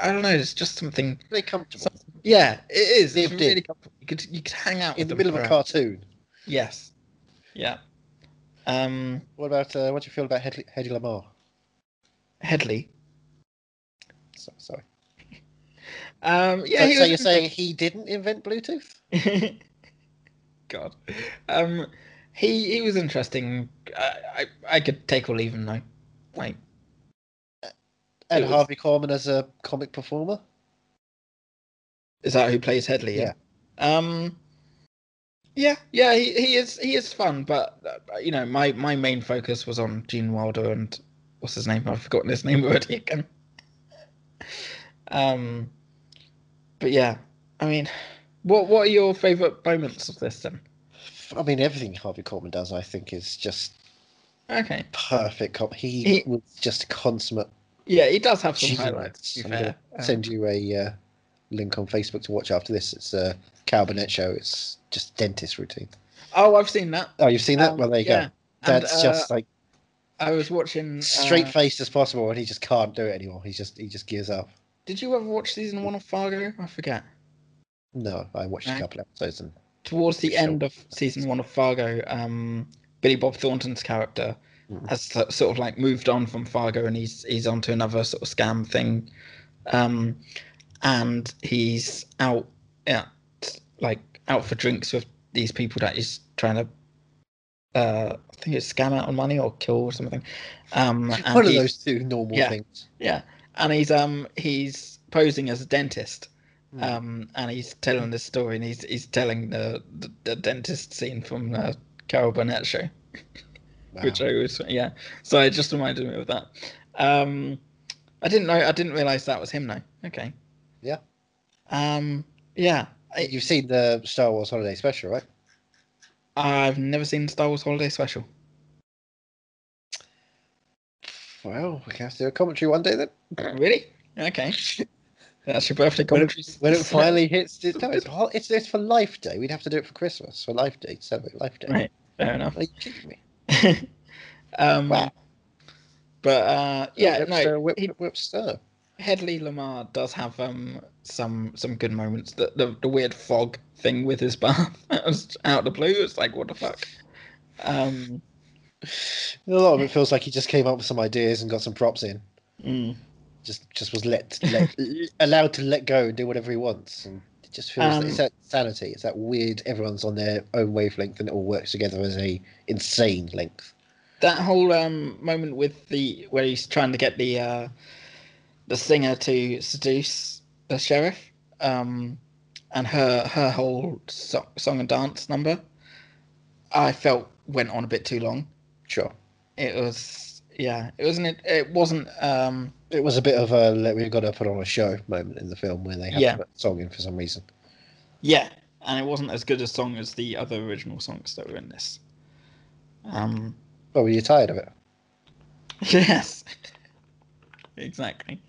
Speaker 2: I don't know, it's just something.
Speaker 1: Very comfortable
Speaker 2: Yeah, it is. It's
Speaker 1: Lived in.
Speaker 2: really comfortable. You could, you could hang out
Speaker 1: in
Speaker 2: with
Speaker 1: the
Speaker 2: them
Speaker 1: middle of a
Speaker 2: forever.
Speaker 1: cartoon.
Speaker 2: Yes. Yeah. Um,
Speaker 1: What about uh, what do you feel about Hedley, Hedy Lamar?
Speaker 2: Headley.
Speaker 1: So, sorry.
Speaker 2: Um, yeah.
Speaker 1: so,
Speaker 2: he
Speaker 1: so
Speaker 2: was-
Speaker 1: you're saying he didn't invent Bluetooth?
Speaker 2: God. Um, he he was interesting. I I, I could take or leave him though. Like,
Speaker 1: And
Speaker 2: was-
Speaker 1: Harvey Korman as a comic performer?
Speaker 2: is that who plays Headley? Um. Yeah, yeah, he, he is he is fun, but uh, you know my, my main focus was on Gene Wilder and what's his name? I've forgotten his name already again. Um, but yeah, I mean, what what are your favourite moments of this then?
Speaker 1: I mean, everything Harvey Korman does, I think, is just
Speaker 2: Okay.
Speaker 1: perfect. Com- he,
Speaker 2: He-
Speaker 1: was just a consummate
Speaker 2: Yeah, he does have some
Speaker 1: genius.
Speaker 2: highlights. To be
Speaker 1: I'm gonna
Speaker 2: fair. Um,
Speaker 1: send you a uh, link on Facebook to watch after this. It's a Cal Burnett show. It's just dentist routine.
Speaker 2: oh, I've seen that.
Speaker 1: Oh, you've seen that?
Speaker 2: Um,
Speaker 1: well, there you
Speaker 2: yeah.
Speaker 1: go. That's
Speaker 2: And, uh,
Speaker 1: just like
Speaker 2: I was watching. uh,
Speaker 1: straight faced as possible, and he just can't do it anymore. He just he just gears up.
Speaker 2: Did you ever watch season one of Fargo? I forget.
Speaker 1: No, I watched
Speaker 2: No.
Speaker 1: a couple episodes and
Speaker 2: Towards the
Speaker 1: Sure.
Speaker 2: end of season one of Fargo, um, Billy Bob Thornton's character
Speaker 1: Mhm.
Speaker 2: has so- sort of like moved on from Fargo, and he's he's onto another sort of scam thing, um, and he's out, yeah, like out for drinks with these people that he's trying to. Uh, I think it's scam out on money or kill or something. Um, and
Speaker 1: one of
Speaker 2: he-
Speaker 1: those two normal
Speaker 2: Yeah.
Speaker 1: things.
Speaker 2: Yeah, and he's um he's posing as a dentist,
Speaker 1: Hmm.
Speaker 2: um and he's telling this story, and he's he's telling the the, the dentist scene from the Carol Burnett show,
Speaker 1: Wow.
Speaker 2: which I always yeah. So it just reminded me of that. Um, I didn't know I didn't realize that was him though. Okay.
Speaker 1: Yeah.
Speaker 2: Um. Yeah. I,
Speaker 1: You've seen the Star Wars Holiday Special, right?
Speaker 2: I've never seen Star Wars Holiday Special.
Speaker 1: Well, we can have to do a commentary one day then.
Speaker 2: Really? Okay. That's your birthday
Speaker 1: When
Speaker 2: commentary.
Speaker 1: When it finally hits, it's, no, it's, hol- it's, it's for Life Day. We'd have to do it for Christmas, for Life Day, to celebrate Life Day.
Speaker 2: Right. Fair enough.
Speaker 1: Are you kidding me?
Speaker 2: um,
Speaker 1: Wow.
Speaker 2: But uh, yeah,
Speaker 1: Whip,
Speaker 2: no,
Speaker 1: stir, whip,
Speaker 2: he-
Speaker 1: whip, whip, stir.
Speaker 2: Hedley Lamar does have um some some good moments. The the, the weird fog thing with his bath that was out of the blue. It's like what the fuck. Um,
Speaker 1: A lot of it feels like he just came up with some ideas and got some props in.
Speaker 2: mm.
Speaker 1: Just just was let, let allowed to let go and do whatever he wants. And it just feels
Speaker 2: Um,
Speaker 1: it's that sanity. It's that weird. Everyone's on their own wavelength and it all works together as a insane length.
Speaker 2: that whole um moment with the where he's trying to get the uh the singer to seduce the sheriff, um, and her her whole so- song and dance number, I felt went on a bit too long.
Speaker 1: Sure.
Speaker 2: It was yeah, it wasn't it, it wasn't um
Speaker 1: It was a bit of a like, we've got to put on a show moment in the film where they had
Speaker 2: Yeah.
Speaker 1: to put a song in for some reason.
Speaker 2: yeah, and it wasn't as good a song as the other original songs that were in this. Um,
Speaker 1: Oh, were you tired of it?
Speaker 2: Yes. exactly.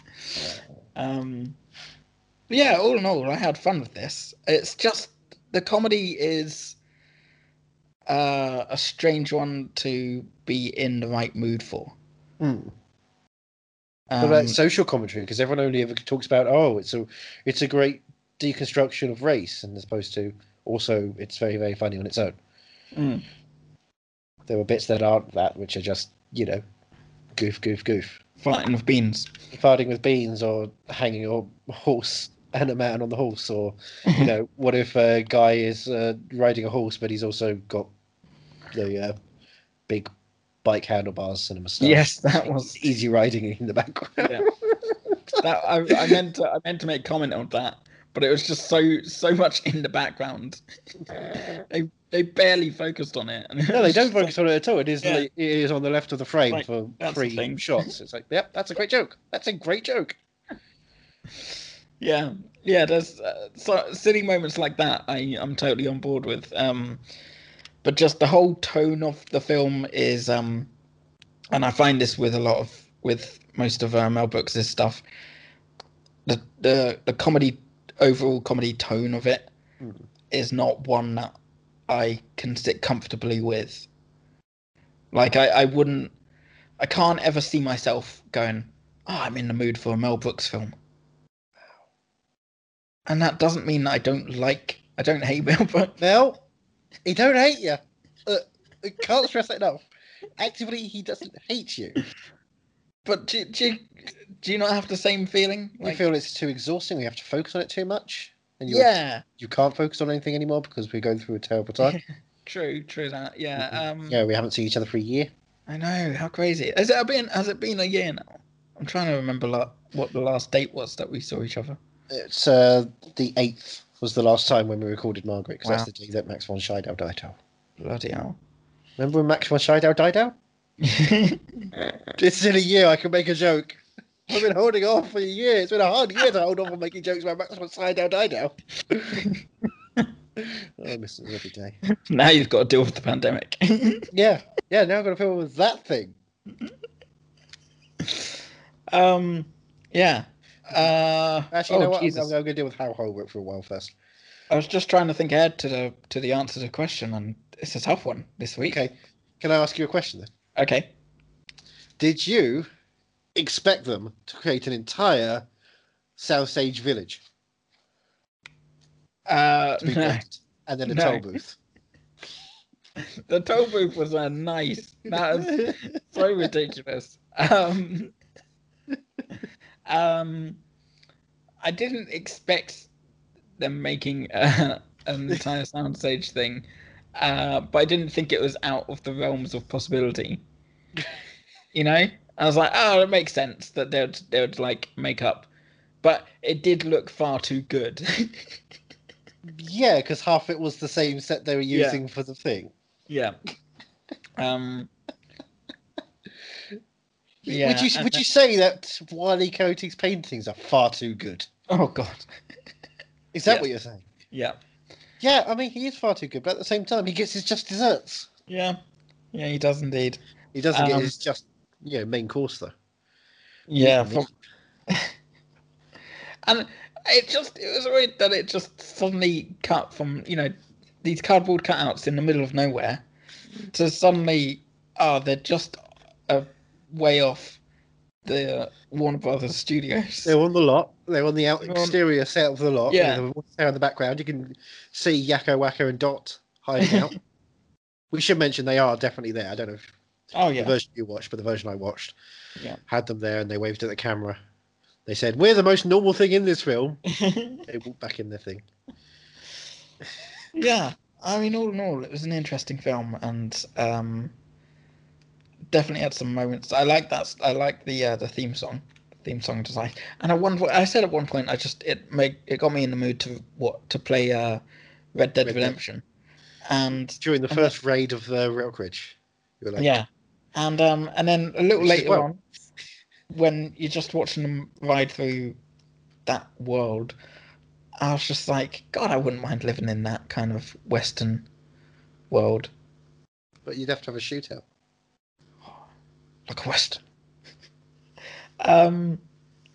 Speaker 2: Um, yeah, all in all, I had fun with this. It's just the comedy is uh, a strange one to be in the right mood for.
Speaker 1: Mm.
Speaker 2: Um,
Speaker 1: What about social commentary? Because everyone only ever talks about oh, it's a it's a great deconstruction of race, and as opposed to also it's very very funny on its own.
Speaker 2: Mm.
Speaker 1: There were bits that aren't that, which are just you know, goof goof goof,
Speaker 2: Fighting with beans.
Speaker 1: farting with beans or hanging a horse and a man on the horse, or you know, what if a guy is uh, riding a horse but he's also got the uh, big bike handlebars and a mustache.
Speaker 2: Yes, that was
Speaker 1: easy riding in the background.
Speaker 2: Yeah. that I, I meant to, I meant to make comment on that, but it was just so so much in the background. they they barely focused on it. and it
Speaker 1: No, they
Speaker 2: was
Speaker 1: don't
Speaker 2: just like-
Speaker 1: focus on it at all. It is
Speaker 2: Yeah.
Speaker 1: li- it is on the left of the frame
Speaker 2: Like,
Speaker 1: for
Speaker 2: that's the
Speaker 1: three
Speaker 2: thing.
Speaker 1: shots. It's like, yep, that's a great joke. That's a great joke.
Speaker 2: Yeah, yeah. There's uh, so silly moments like that. I I'm totally on board with. Um, but just the whole tone of the film is um, and I find this with a lot of with most of uh, Mel Brooks' stuff. The the the comedy overall comedy tone of it is
Speaker 1: Mm.
Speaker 2: not one that I can sit comfortably with. Like I I wouldn't I can't ever see myself going. Oh, I'm in the mood for a Mel Brooks film and that doesn't mean that I don't like, I don't hate Mel Brooks.
Speaker 1: Mel, he don't hate you. Uh, I can't stress that enough. Actively, he doesn't hate you.
Speaker 2: But do, do you do you not have the same feeling?
Speaker 1: You feel it's too exhausting. We have to focus on it too much, and you
Speaker 2: yeah,
Speaker 1: you can't focus on anything anymore because we're going through a terrible time.
Speaker 2: true, true that. Yeah, um,
Speaker 1: Mm-hmm. yeah, we haven't seen each other for a year.
Speaker 2: I know how crazy. Has it been? Has it been a year now? I'm trying to remember la- what the last date was that we saw each other.
Speaker 1: It's uh, the eighth was the last time when we recorded Margaret because
Speaker 2: Wow.
Speaker 1: that's the day that Max von Sydow died out.
Speaker 2: Bloody hell!
Speaker 1: Remember when Max von Sydow died oh? out? It's in a year I can make a joke. I've been holding off for a year. It's been a hard year to hold off on making jokes about Max von Sydow died now. Oh, I miss it every day.
Speaker 2: now you've got to deal with the pandemic.
Speaker 1: Yeah, yeah. Now I've got to film with that thing.
Speaker 2: um, yeah. Uh,
Speaker 1: Actually, you
Speaker 2: oh,
Speaker 1: know what? I'm,
Speaker 2: Jesus.
Speaker 1: I'm going to deal with Hal Holbrook for a while first.
Speaker 2: I was just trying to think ahead to the to the answer to the question, and it's a tough one this week.
Speaker 1: Okay. Can I ask you a question then?
Speaker 2: Okay.
Speaker 1: Did you expect them to create an entire South Sage village
Speaker 2: Uh,
Speaker 1: to be
Speaker 2: no.
Speaker 1: built and then a
Speaker 2: No.
Speaker 1: toll booth?
Speaker 2: The toll booth was uh, nice. That was so ridiculous. Um, um, I didn't expect them making uh, an entire soundstage thing, uh, but I didn't think it was out of the realms of possibility. You know, I was like, oh, it makes sense that they would they would like make up, but it did look far too good.
Speaker 1: Yeah, because half it was the same set they were
Speaker 2: Yeah.
Speaker 1: using for the thing.
Speaker 2: yeah. Um.
Speaker 1: would you
Speaker 2: and
Speaker 1: would you say that Wiley Coyote's paintings are far too good?
Speaker 2: Oh God.
Speaker 1: Is that
Speaker 2: Yeah.
Speaker 1: what you're saying?
Speaker 2: Yeah.
Speaker 1: Yeah, I mean he is far too good, but at the same time he gets his just desserts.
Speaker 2: Yeah. Yeah, he does indeed.
Speaker 1: He doesn't get
Speaker 2: Um,
Speaker 1: his just you know, main course though.
Speaker 2: Yeah.
Speaker 1: Meat.
Speaker 2: and it just it was weird that it just suddenly cut from, you know, these cardboard cutouts in the middle of nowhere to suddenly oh, they're just a way off the Warner Brothers studios.
Speaker 1: They're on the lot. They're on the out
Speaker 2: They're on-
Speaker 1: exterior set of the lot.
Speaker 2: Yeah.
Speaker 1: with the water in the background. You can see Yakko Wacko and Dot hiding out. we should mention they are definitely there. I don't know if
Speaker 2: Oh
Speaker 1: the
Speaker 2: yeah.
Speaker 1: version you watched, but the version I watched
Speaker 2: Yeah.
Speaker 1: had them there and they waved at the camera. They said, We're the most normal thing in this film. they walked back in their thing.
Speaker 2: yeah. I mean all in all it was an interesting film and um definitely had some moments. I like that I like the uh, the theme song theme song to life. And I one I said at one point I just it made it got me in the mood to what to play uh, Red Dead
Speaker 1: Red Dead.
Speaker 2: Redemption, and
Speaker 1: During the
Speaker 2: And
Speaker 1: first raid of the Rock Ridge, you were like,
Speaker 2: yeah, and um and then a little
Speaker 1: Which did
Speaker 2: later
Speaker 1: well.
Speaker 2: on, when you're just watching them ride through that world, I was just like, God, I wouldn't mind living in that kind of Western world,
Speaker 1: but you'd have to have a shootout.
Speaker 2: like a Western. um,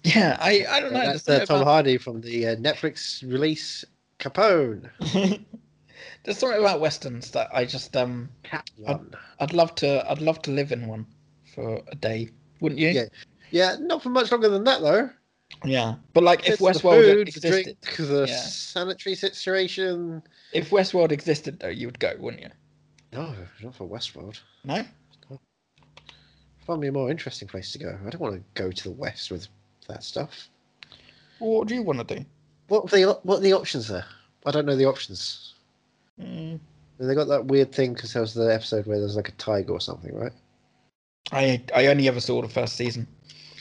Speaker 2: yeah, I I don't know.
Speaker 1: that's
Speaker 2: there's
Speaker 1: uh,
Speaker 2: something
Speaker 1: Tom
Speaker 2: about-
Speaker 1: Hardy from the uh, Netflix release Capone.
Speaker 2: Oh. There's something about westerns that I just um
Speaker 1: Cat
Speaker 2: Oh.
Speaker 1: one.
Speaker 2: I'd love to I'd love to live in one for a day, wouldn't you?
Speaker 1: Yeah. Yeah, not for much longer than that though.
Speaker 2: Yeah. But like if
Speaker 1: It's the
Speaker 2: Westworld
Speaker 1: food, the
Speaker 2: existed,
Speaker 1: drink, the
Speaker 2: Yeah.
Speaker 1: sanitary situation.
Speaker 2: if Westworld existed though, you would go, wouldn't you?
Speaker 1: No, not for Westworld.
Speaker 2: No.
Speaker 1: Find me a more interesting place to go. I don't want to go to the West with that stuff.
Speaker 2: What do you want to do?
Speaker 1: What are the what are the options there? I don't know the options.
Speaker 2: Mm,
Speaker 1: They got that weird thing because there was the episode where there's like a tiger or something, right?
Speaker 2: I I only ever saw the first season.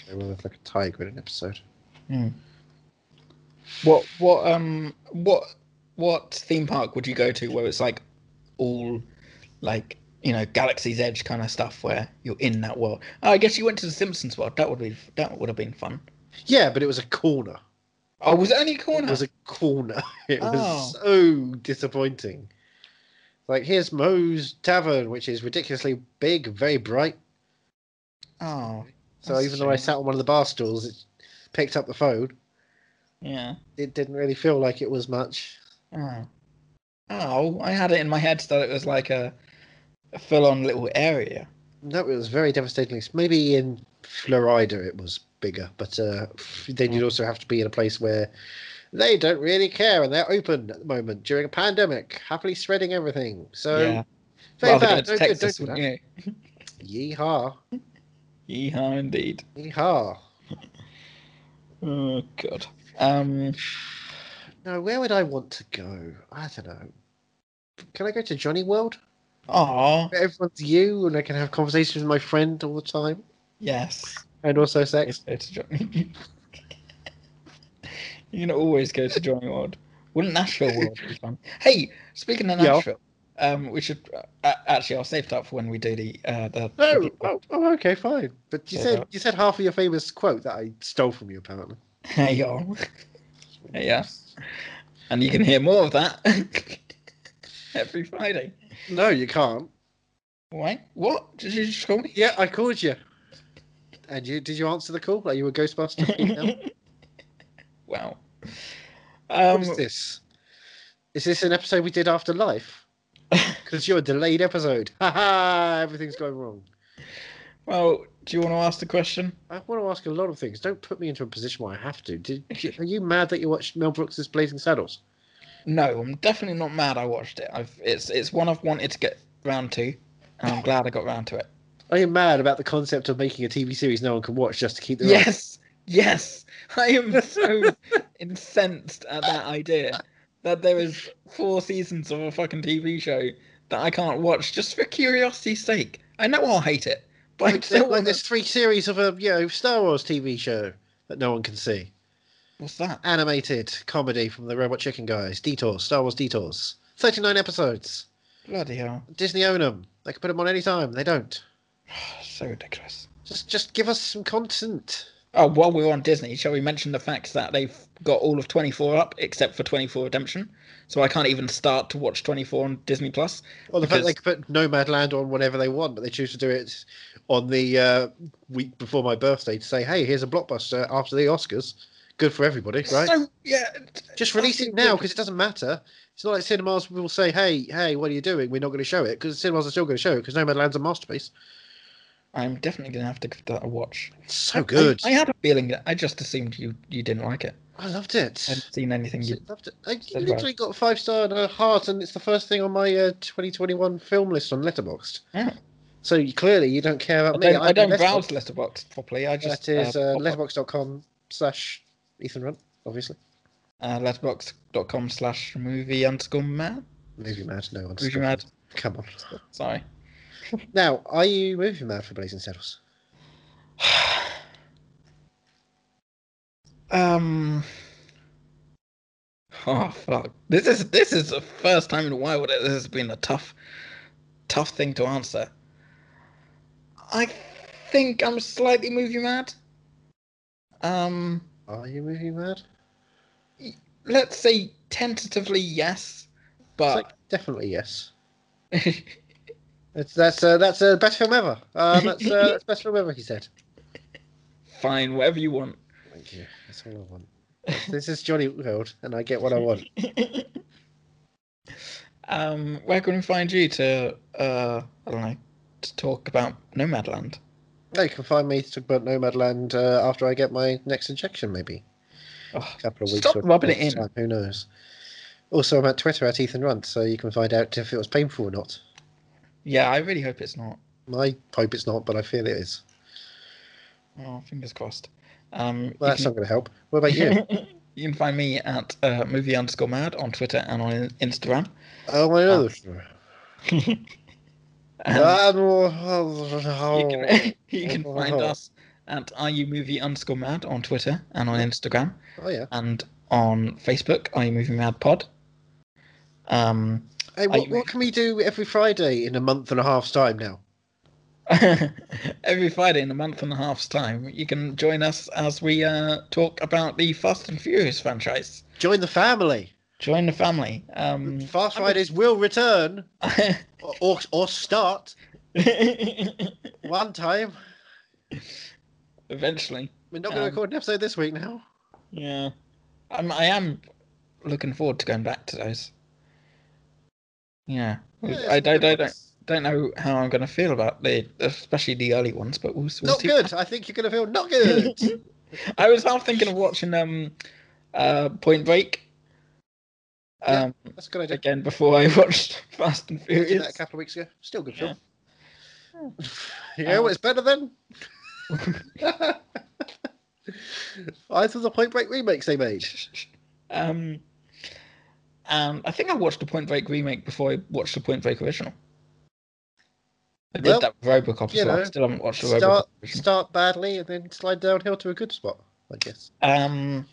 Speaker 1: They were like a tiger in an episode.
Speaker 2: What what um what what theme park would you go to where it's like all like you know Galaxy's Edge kind of stuff where you're in that world? Oh, I guess you went to the Simpsons world. That would be that would have been fun.
Speaker 1: Yeah, but it was a corner.
Speaker 2: Oh, was it only a corner?
Speaker 1: It was a corner. It was
Speaker 2: Oh.
Speaker 1: so disappointing. Like here's Moe's Tavern, which is ridiculously big, very bright.
Speaker 2: Oh,
Speaker 1: So
Speaker 2: That's
Speaker 1: even though I
Speaker 2: true.
Speaker 1: sat on one of the bar stools, it picked up the phone.
Speaker 2: yeah.
Speaker 1: It didn't really feel like it was much.
Speaker 2: Oh. Oh, I had it in my head that it was like a, a full on little area.
Speaker 1: No, it was very devastatingly. Maybe in Florida it was bigger, but uh, then you'd also have to be in a place where they don't really care and they're open at the moment during a pandemic, happily spreading everything. So
Speaker 2: yeah.
Speaker 1: very
Speaker 2: Rather
Speaker 1: bad.
Speaker 2: go to
Speaker 1: No good. Don't
Speaker 2: Texas,
Speaker 1: do
Speaker 2: wouldn't
Speaker 1: that.
Speaker 2: you?
Speaker 1: Yeehaw!
Speaker 2: Yeehaw, indeed.
Speaker 1: Yeehaw!
Speaker 2: Oh, God. Um,
Speaker 1: No, where would I want to go? I don't know. Can I go to Johnny World?
Speaker 2: aw,
Speaker 1: Where everyone's you, and I can have conversations with my friend all the time,
Speaker 2: yes.
Speaker 1: and also
Speaker 2: Always
Speaker 1: sex.
Speaker 2: go to Johnny. you can always go to Johnny World. Wouldn't Nashville World be fun? Hey, speaking of
Speaker 1: Yeah.
Speaker 2: Nashville, um, we should uh, actually I'll save that for when we do the uh, the. the
Speaker 1: Oh,
Speaker 2: people.
Speaker 1: oh, oh, okay, fine. But you
Speaker 2: Yeah,
Speaker 1: said
Speaker 2: that-
Speaker 1: you said half of your famous quote that I stole from you, apparently.
Speaker 2: Hey, y'all. Hey, yeah. And you can hear more of that every Friday.
Speaker 1: No, you can't.
Speaker 2: Wait, what? Did you just call me?
Speaker 1: Yeah, I called you. And you did you answer the call? Like you were Ghostbuster? What
Speaker 2: Wow. Um,
Speaker 1: is this? Is this an episode we did after life? Because you're a delayed episode. Ha ha! Everything's going wrong.
Speaker 2: well, do you want to ask the question?
Speaker 1: I want to ask a lot of things. Don't put me into a position where I have to. Did, are you mad that you watched Mel Brooks' Blazing Saddles?
Speaker 2: No, I'm definitely not mad. I watched it. I've it's it's one I've wanted to get round to, and I'm glad I got round to it.
Speaker 1: Are you mad about the concept of making a TV series no one can watch just to keep the rights?
Speaker 2: Yes, yes. I am so incensed at that idea that there is four seasons of a fucking TV show that I can't watch just for curiosity's sake. I know I'll hate it, but I
Speaker 1: Like,
Speaker 2: still
Speaker 1: like
Speaker 2: want
Speaker 1: there's
Speaker 2: this.
Speaker 1: three series of a you know Star Wars TV show that no one can see.
Speaker 2: What's that?
Speaker 1: Animated comedy from the Robot Chicken guys. Detours, Star Wars Detours. Thirty-nine episodes.
Speaker 2: Bloody hell!
Speaker 1: Disney own them. They can put them on any time. They don't.
Speaker 2: So ridiculous.
Speaker 1: Just, just give us some content.
Speaker 2: Oh, while we're on Disney, shall we mention the fact that they've got all of 24 up except for 24 Redemption? So I can't even start to watch 24 on Disney Plus.
Speaker 1: Well, the fact they
Speaker 2: Because-
Speaker 1: can put Nomad Land on whenever they want, but they choose to do it on the uh, week before my birthday to say, "Hey, here's a blockbuster after the Oscars. Good for everybody, right?"
Speaker 2: So yeah, t-
Speaker 1: Just release it now because it doesn't matter. It's not like cinemas will say, "Hey, hey, what are you doing? We're not going to show it," because cinemas are still going to show it because Nomadland's a masterpiece.
Speaker 2: I'm definitely gonna have to give that a watch.
Speaker 1: It's so good.
Speaker 2: I, I
Speaker 1: I,
Speaker 2: had a feeling that I just assumed you you didn't like it.
Speaker 1: loved it.
Speaker 2: I hadn't seen anything. You,
Speaker 1: I loved it. I
Speaker 2: right.
Speaker 1: literally got five star and a heart, and it's the first thing on my uh, 2021 film list on Letterboxd.
Speaker 2: Yeah.
Speaker 1: So you, clearly, you don't care
Speaker 2: I
Speaker 1: about
Speaker 2: don't,
Speaker 1: me.
Speaker 2: I don't
Speaker 1: Letterboxd.
Speaker 2: browse Letterbox properly. I just
Speaker 1: That is uh,
Speaker 2: uh,
Speaker 1: letterbox.com slash Ethan Runt, obviously.
Speaker 2: uh, letterbox.com slash movie underscore mad.
Speaker 1: Movie mad, no one's
Speaker 2: Movie mad.
Speaker 1: Come on.
Speaker 2: Sorry.
Speaker 1: Now, are you movie mad for Blazing Saddles?
Speaker 2: Um. Oh fuck! This is this is the first time in a while that this has been a tough, tough thing to answer. I think I'm slightly movie mad. Um,
Speaker 1: Are you movie mad?
Speaker 2: let's say tentatively yes,
Speaker 1: It's
Speaker 2: but
Speaker 1: like, definitely yes. It's, that's uh, that's uh, best film ever. Uh, that's, uh, that's best film ever. He said.
Speaker 2: fine, whatever you want.
Speaker 1: Thank you. That's all I want. This- This is Johnny World, and I get what I want.
Speaker 2: Um, where can we find you to uh, I don't know, to talk about Nomadland?
Speaker 1: Now you can find me to talk about Nomadland uh, after I get my next injection, maybe
Speaker 2: Oh,
Speaker 1: a couple of weeks.
Speaker 2: Stop
Speaker 1: or-
Speaker 2: rubbing it in.
Speaker 1: time, Who knows? Also, I'm at Twitter at Ethan Runt, so you can find out if it was painful or not.
Speaker 2: yeah, I really hope it's not.
Speaker 1: I hope it's not, but I feel it is.
Speaker 2: Oh, fingers crossed. Um,
Speaker 1: Well,
Speaker 2: you
Speaker 1: that's
Speaker 2: can-
Speaker 1: not going to help. What about you?
Speaker 2: You can find me at uh, movie underscore mad on Twitter and on Instagram.
Speaker 1: oh my
Speaker 2: Ah.
Speaker 1: god.
Speaker 2: And
Speaker 1: Um,
Speaker 2: you,
Speaker 1: Oh,
Speaker 2: can, you can find us at movie underscore mad on Twitter and on Instagram
Speaker 1: Oh, yeah.
Speaker 2: and on Facebook, movie mad pod. Um,
Speaker 1: Hey,
Speaker 2: Are
Speaker 1: what,
Speaker 2: you-
Speaker 1: what can we do every Friday in a month and a half's time now?
Speaker 2: every Friday in a month and a half's time, you can join us as we uh, talk about the Fast and Furious franchise.
Speaker 1: Join the family.
Speaker 2: Join the family. Um,
Speaker 1: Fast Fridays will return or, or, or start one time.
Speaker 2: Eventually.
Speaker 1: We're not going to
Speaker 2: Um,
Speaker 1: record an episode this week now.
Speaker 2: Yeah, I'm, I am looking forward to going back to those. Yeah,
Speaker 1: Yeah,
Speaker 2: I, I,
Speaker 1: it's
Speaker 2: don't, I
Speaker 1: good.
Speaker 2: don't, don't know how I'm going to feel about the, especially the early ones, but we'll, we'll
Speaker 1: Not
Speaker 2: see.
Speaker 1: good. I think you're going to feel not good.
Speaker 2: I was half thinking of watching um, uh, Point Break.
Speaker 1: Yeah,
Speaker 2: Um,
Speaker 1: That's a good idea.
Speaker 2: again before I watched Fast and
Speaker 1: Did that a
Speaker 2: Furious.
Speaker 1: couple of weeks ago. Still a good
Speaker 2: Yeah. Hmm.
Speaker 1: film. you know what's better then? Either the Point Break remakes they made.
Speaker 2: Um, um, I think I watched the Point Break remake before I watched the Point Break original. I did
Speaker 1: Well,
Speaker 2: that with RoboCop
Speaker 1: you
Speaker 2: as well. I
Speaker 1: know,
Speaker 2: still haven't watched the RoboCop
Speaker 1: Start
Speaker 2: original.
Speaker 1: start badly and then slide downhill to a good spot, I guess.
Speaker 2: Um,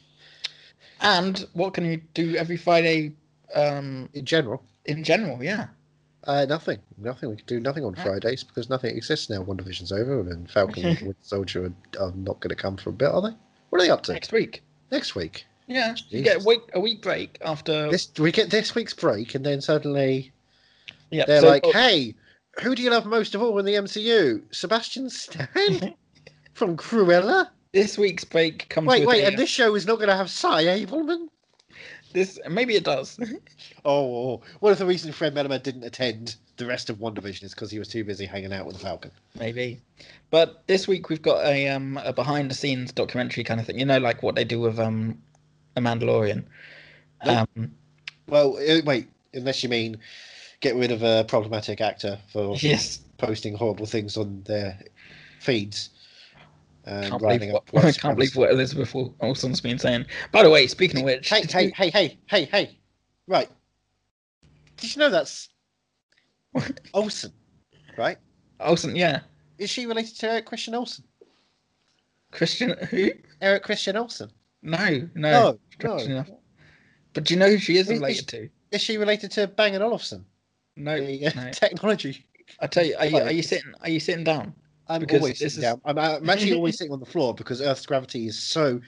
Speaker 2: and what can you do every Friday? Um,
Speaker 1: In general,
Speaker 2: in general, yeah.
Speaker 1: uh, nothing. Nothing. We can do nothing on
Speaker 2: Yeah.
Speaker 1: Fridays because nothing exists now. One division's over and Falcon and Winter Soldier are, are not going to come for a bit, are they? What are they up to
Speaker 2: Next week.
Speaker 1: next week?
Speaker 2: Yeah, you get a
Speaker 1: Jesus.
Speaker 2: week a week break after.
Speaker 1: This we get this week's break, and then suddenly
Speaker 2: yeah,
Speaker 1: they're
Speaker 2: so-
Speaker 1: like,
Speaker 2: oh,
Speaker 1: "Hey, who do you love most of all in the MCU? Sebastian Stan from Cruella."
Speaker 2: this week's break comes.
Speaker 1: Wait,
Speaker 2: with
Speaker 1: wait,
Speaker 2: a-
Speaker 1: and this show is not going to have Cy Abelman.
Speaker 2: this maybe it does.
Speaker 1: Oh, oh, one of the reasons Fred Melamed didn't attend the rest of WandaVision is because he was too busy hanging out with the Falcon.
Speaker 2: Maybe. But this week we've got a um a behind the scenes documentary kind of thing. You know, like what they do with um a Mandalorian.
Speaker 1: Nope.
Speaker 2: Um
Speaker 1: Well, uh, wait, unless you mean get rid of a problematic actor for
Speaker 2: yes.
Speaker 1: posting horrible things on their feeds and
Speaker 2: Can't believe
Speaker 1: writing
Speaker 2: what,
Speaker 1: up.
Speaker 2: I
Speaker 1: white
Speaker 2: can't believe
Speaker 1: supremacists.
Speaker 2: what Elizabeth Wil- Olsen's been saying. By the way, speaking of which
Speaker 1: Hey, hey, hey, hey, hey, hey! Right, did you know that's Olsen? Right,
Speaker 2: Olsen, yeah.
Speaker 1: is she related to Eric Christian Olsen?
Speaker 2: Christian who?
Speaker 1: Eric Christian Olsen?
Speaker 2: No, no.
Speaker 1: No,
Speaker 2: Strangely
Speaker 1: no.
Speaker 2: enough. But do you know who she is
Speaker 1: Is- is-
Speaker 2: related to?
Speaker 1: Is she related to Bang and Olufsen?
Speaker 2: No,
Speaker 1: The uh,
Speaker 2: no.
Speaker 1: technology.
Speaker 2: I tell you, are you,
Speaker 1: Sorry.
Speaker 2: are you sitting? Are you sitting down?
Speaker 1: I'm
Speaker 2: Because
Speaker 1: always
Speaker 2: this
Speaker 1: sitting
Speaker 2: is-
Speaker 1: down. I'm, I'm actually always sitting on the floor because Earth's gravity is so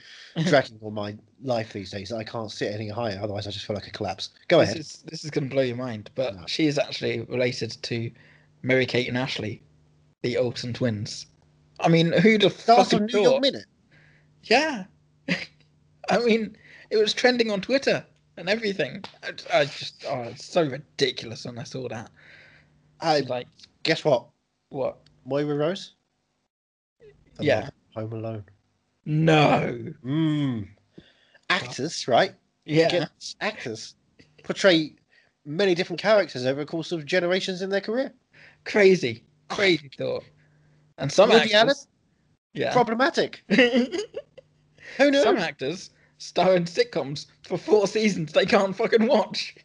Speaker 1: dragging on my life these days that I can't sit any higher. Otherwise, I just feel like a collapse. Go
Speaker 2: This
Speaker 1: ahead.
Speaker 2: is this is going to blow your mind. But
Speaker 1: No.
Speaker 2: she is actually related to Mary Kate and Ashley, the Olsen twins. I mean, who'd have
Speaker 1: Stars of
Speaker 2: fucking
Speaker 1: New York
Speaker 2: thought?
Speaker 1: Minute.
Speaker 2: Yeah. I mean, it was trending on Twitter and everything. I, I just, oh, it's so ridiculous when I saw that.
Speaker 1: I,
Speaker 2: Like,
Speaker 1: guess what?
Speaker 2: what?
Speaker 1: Moira Rose. The
Speaker 2: Yeah.
Speaker 1: mother of Home Alone.
Speaker 2: No.
Speaker 1: Mm. Actors, right?
Speaker 2: Yeah.
Speaker 1: Get- actors portray many different characters over the course of generations in their career.
Speaker 2: Crazy. Crazy thought. And some
Speaker 1: Woody Allen,
Speaker 2: actors. Yeah.
Speaker 1: problematic. Who knew?
Speaker 2: some actors star in sitcoms for four seasons they can't fucking watch.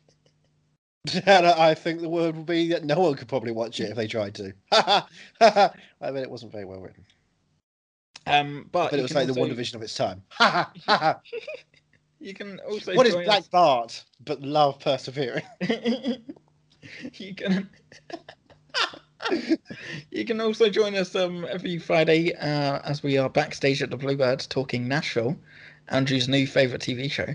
Speaker 1: And I think the word would be that no one could probably watch it if they tried to. I mean, it wasn't very well written.
Speaker 2: Um, but,
Speaker 1: But it
Speaker 2: you
Speaker 1: was
Speaker 2: can
Speaker 1: like the
Speaker 2: also-
Speaker 1: one division of its time. Ha ha ha ha.
Speaker 2: You can also
Speaker 1: What is
Speaker 2: join
Speaker 1: Black Bart but love persevering?
Speaker 2: us- you can. you can also join us um, every Friday uh, as we are backstage at the Bluebird talking Nashville, Andrew's new favorite TV show.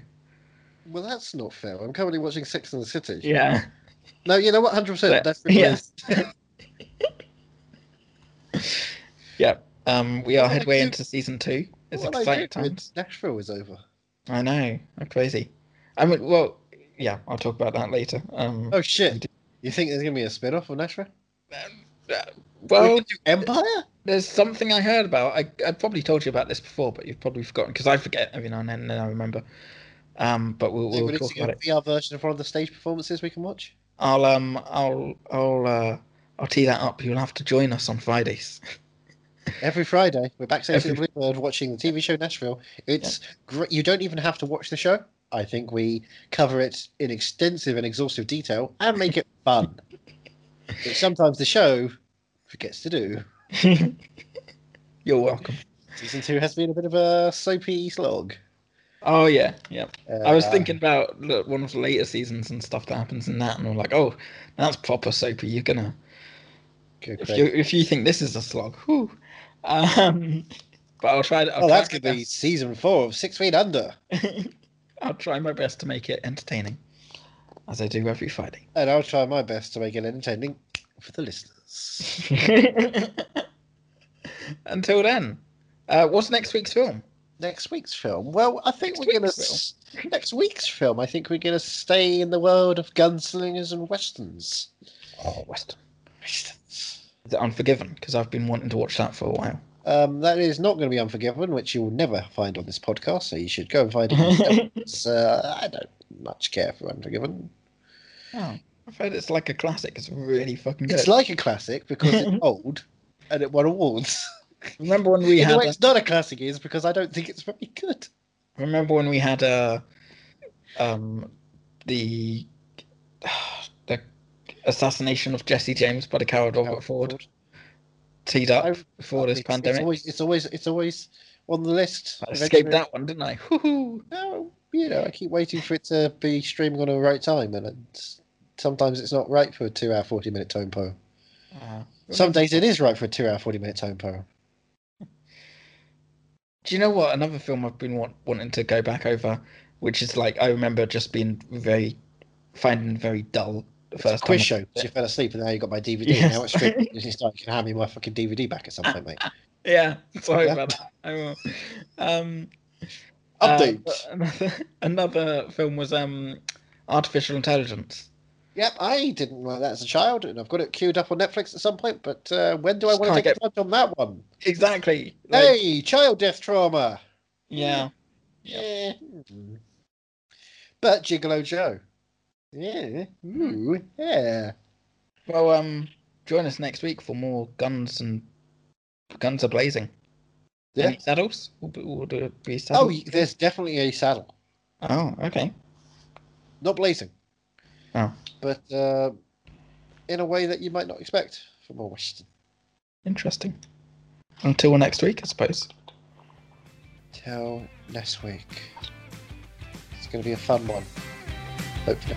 Speaker 1: Well, that's not fair. I'm currently watching Six in the City.
Speaker 2: Yeah.
Speaker 1: No, you know what? Hundred
Speaker 2: But-
Speaker 1: percent. That's really
Speaker 2: yeah.
Speaker 1: yeah.
Speaker 2: Yeah. Um, we are
Speaker 1: What I
Speaker 2: headway
Speaker 1: do-
Speaker 2: into season two. It's
Speaker 1: what I
Speaker 2: exciting
Speaker 1: did when
Speaker 2: times.
Speaker 1: Nashville is over.
Speaker 2: I know. I'm crazy. I mean, well, yeah, I'll talk about that later. Um,
Speaker 1: Oh shit! You think there's gonna be a spin-off of Nashville?
Speaker 2: uh,
Speaker 1: we
Speaker 2: well,
Speaker 1: could do Empire.
Speaker 2: there's something I heard about. I, I probably told you about this before, but you've probably forgotten because I forget every now and then, and then I remember. Um, but we'll,
Speaker 1: They're
Speaker 2: we'll talk
Speaker 1: releasing
Speaker 2: about
Speaker 1: a VR
Speaker 2: it.
Speaker 1: version of one of the stage performances we can watch.
Speaker 2: I'll um, I'll I'll uh, I'll tee that up. You'll have to join us on Fridays.
Speaker 1: Every Friday, we're backstage at
Speaker 2: Every-
Speaker 1: the Bluebird watching the TV show Nashville. It's great. You don't even have to watch the show. I think we cover it in extensive and exhaustive detail and make it fun. Which sometimes the show forgets to do.
Speaker 2: You're welcome.
Speaker 1: Season two has been a bit of a soapy slog.
Speaker 2: Oh yeah, yeah. I was
Speaker 1: Uh,
Speaker 2: thinking about look, one of the later seasons and stuff that happens in that, and I'm like, oh, that's proper soapy. You're gonna
Speaker 1: Good
Speaker 2: if
Speaker 1: grief.
Speaker 2: you if you think this is a slog, whew. Um, but I'll try. I'll
Speaker 1: Oh,
Speaker 2: try
Speaker 1: that's
Speaker 2: my
Speaker 1: going to be season four of Six Feet Under.
Speaker 2: I'll try my best to make it entertaining, as I do every Friday.
Speaker 1: And I'll try my best to make it entertaining for the listeners.
Speaker 2: Until then, uh, what's next week's film?
Speaker 1: Next week's film. Well, I think
Speaker 2: Next
Speaker 1: we're going
Speaker 2: week's
Speaker 1: to. Next week's film, I think we're going to stay in the world of gunslingers and westerns.
Speaker 2: Oh, Western.
Speaker 1: Westerns.
Speaker 2: The Unforgiven, because I've been wanting to watch that for a while.
Speaker 1: Um, that is not going to be Unforgiven, which you will never find on this podcast, so you should go and find it. yourself. It's, uh, I don't much care for Unforgiven.
Speaker 2: Oh, I've heard it's like a classic. It's really fucking good.
Speaker 1: It's like a classic because it's old and it won awards.
Speaker 2: remember when we
Speaker 1: In a
Speaker 2: had
Speaker 1: way,
Speaker 2: a,
Speaker 1: it's not a classic, it is because I don't think it's very good.
Speaker 2: remember when we had uh um the the assassination of Jesse James by the coward Robert Ford, teed up
Speaker 1: I-
Speaker 2: before this
Speaker 1: it's,
Speaker 2: pandemic.
Speaker 1: It's always, it's always, it's always on the list.
Speaker 2: I
Speaker 1: Eventually-
Speaker 2: escaped that one, didn't I? Whoo-hoo.
Speaker 1: No, you know, I keep waiting for it to be streaming on the right time, and it's, sometimes it's not right for a two-hour, forty-minute time poem.
Speaker 2: Uh,
Speaker 1: Some days it is right for a two-hour, forty-minute time poem.
Speaker 2: Do you know what? Another film I've been want, wanting to go back over, which is like I remember just being very finding very dull the
Speaker 1: It's a
Speaker 2: first
Speaker 1: quiz
Speaker 2: time. I-
Speaker 1: show. 'cause You fell asleep, and now you got my DVD.
Speaker 2: Yes. Uh,
Speaker 1: Now it's streaming. it's like, you can hand me my fucking DVD back at some point, mate.
Speaker 2: Yeah, sorry
Speaker 1: Yeah.
Speaker 2: about that. I will. Um, uh,
Speaker 1: Update.
Speaker 2: but another, another film was um, Artificial Intelligence.
Speaker 1: Yep, I didn't like that as a child, and I've got it queued up on Netflix at some point. But uh, when do I
Speaker 2: Just
Speaker 1: want to
Speaker 2: can't
Speaker 1: take time on that one?
Speaker 2: Exactly. like,
Speaker 1: Hey, child death trauma.
Speaker 2: Yeah.
Speaker 1: Yeah. Mm. But Gigolo Joe. Yeah. Ooh, yeah.
Speaker 2: Well, um, join us next week for more guns and guns are blazing.
Speaker 1: Yeah.
Speaker 2: Any saddles? We'll, be- we'll do be
Speaker 1: Oh,
Speaker 2: saddles.
Speaker 1: y- there's definitely a saddle.
Speaker 2: Oh, okay.
Speaker 1: Not blazing.
Speaker 2: Oh.
Speaker 1: But uh, in a way that you might not expect from a Western.
Speaker 2: Interesting. Until next week, I suppose.
Speaker 1: Till next week. It's going to be a fun one. Hopefully.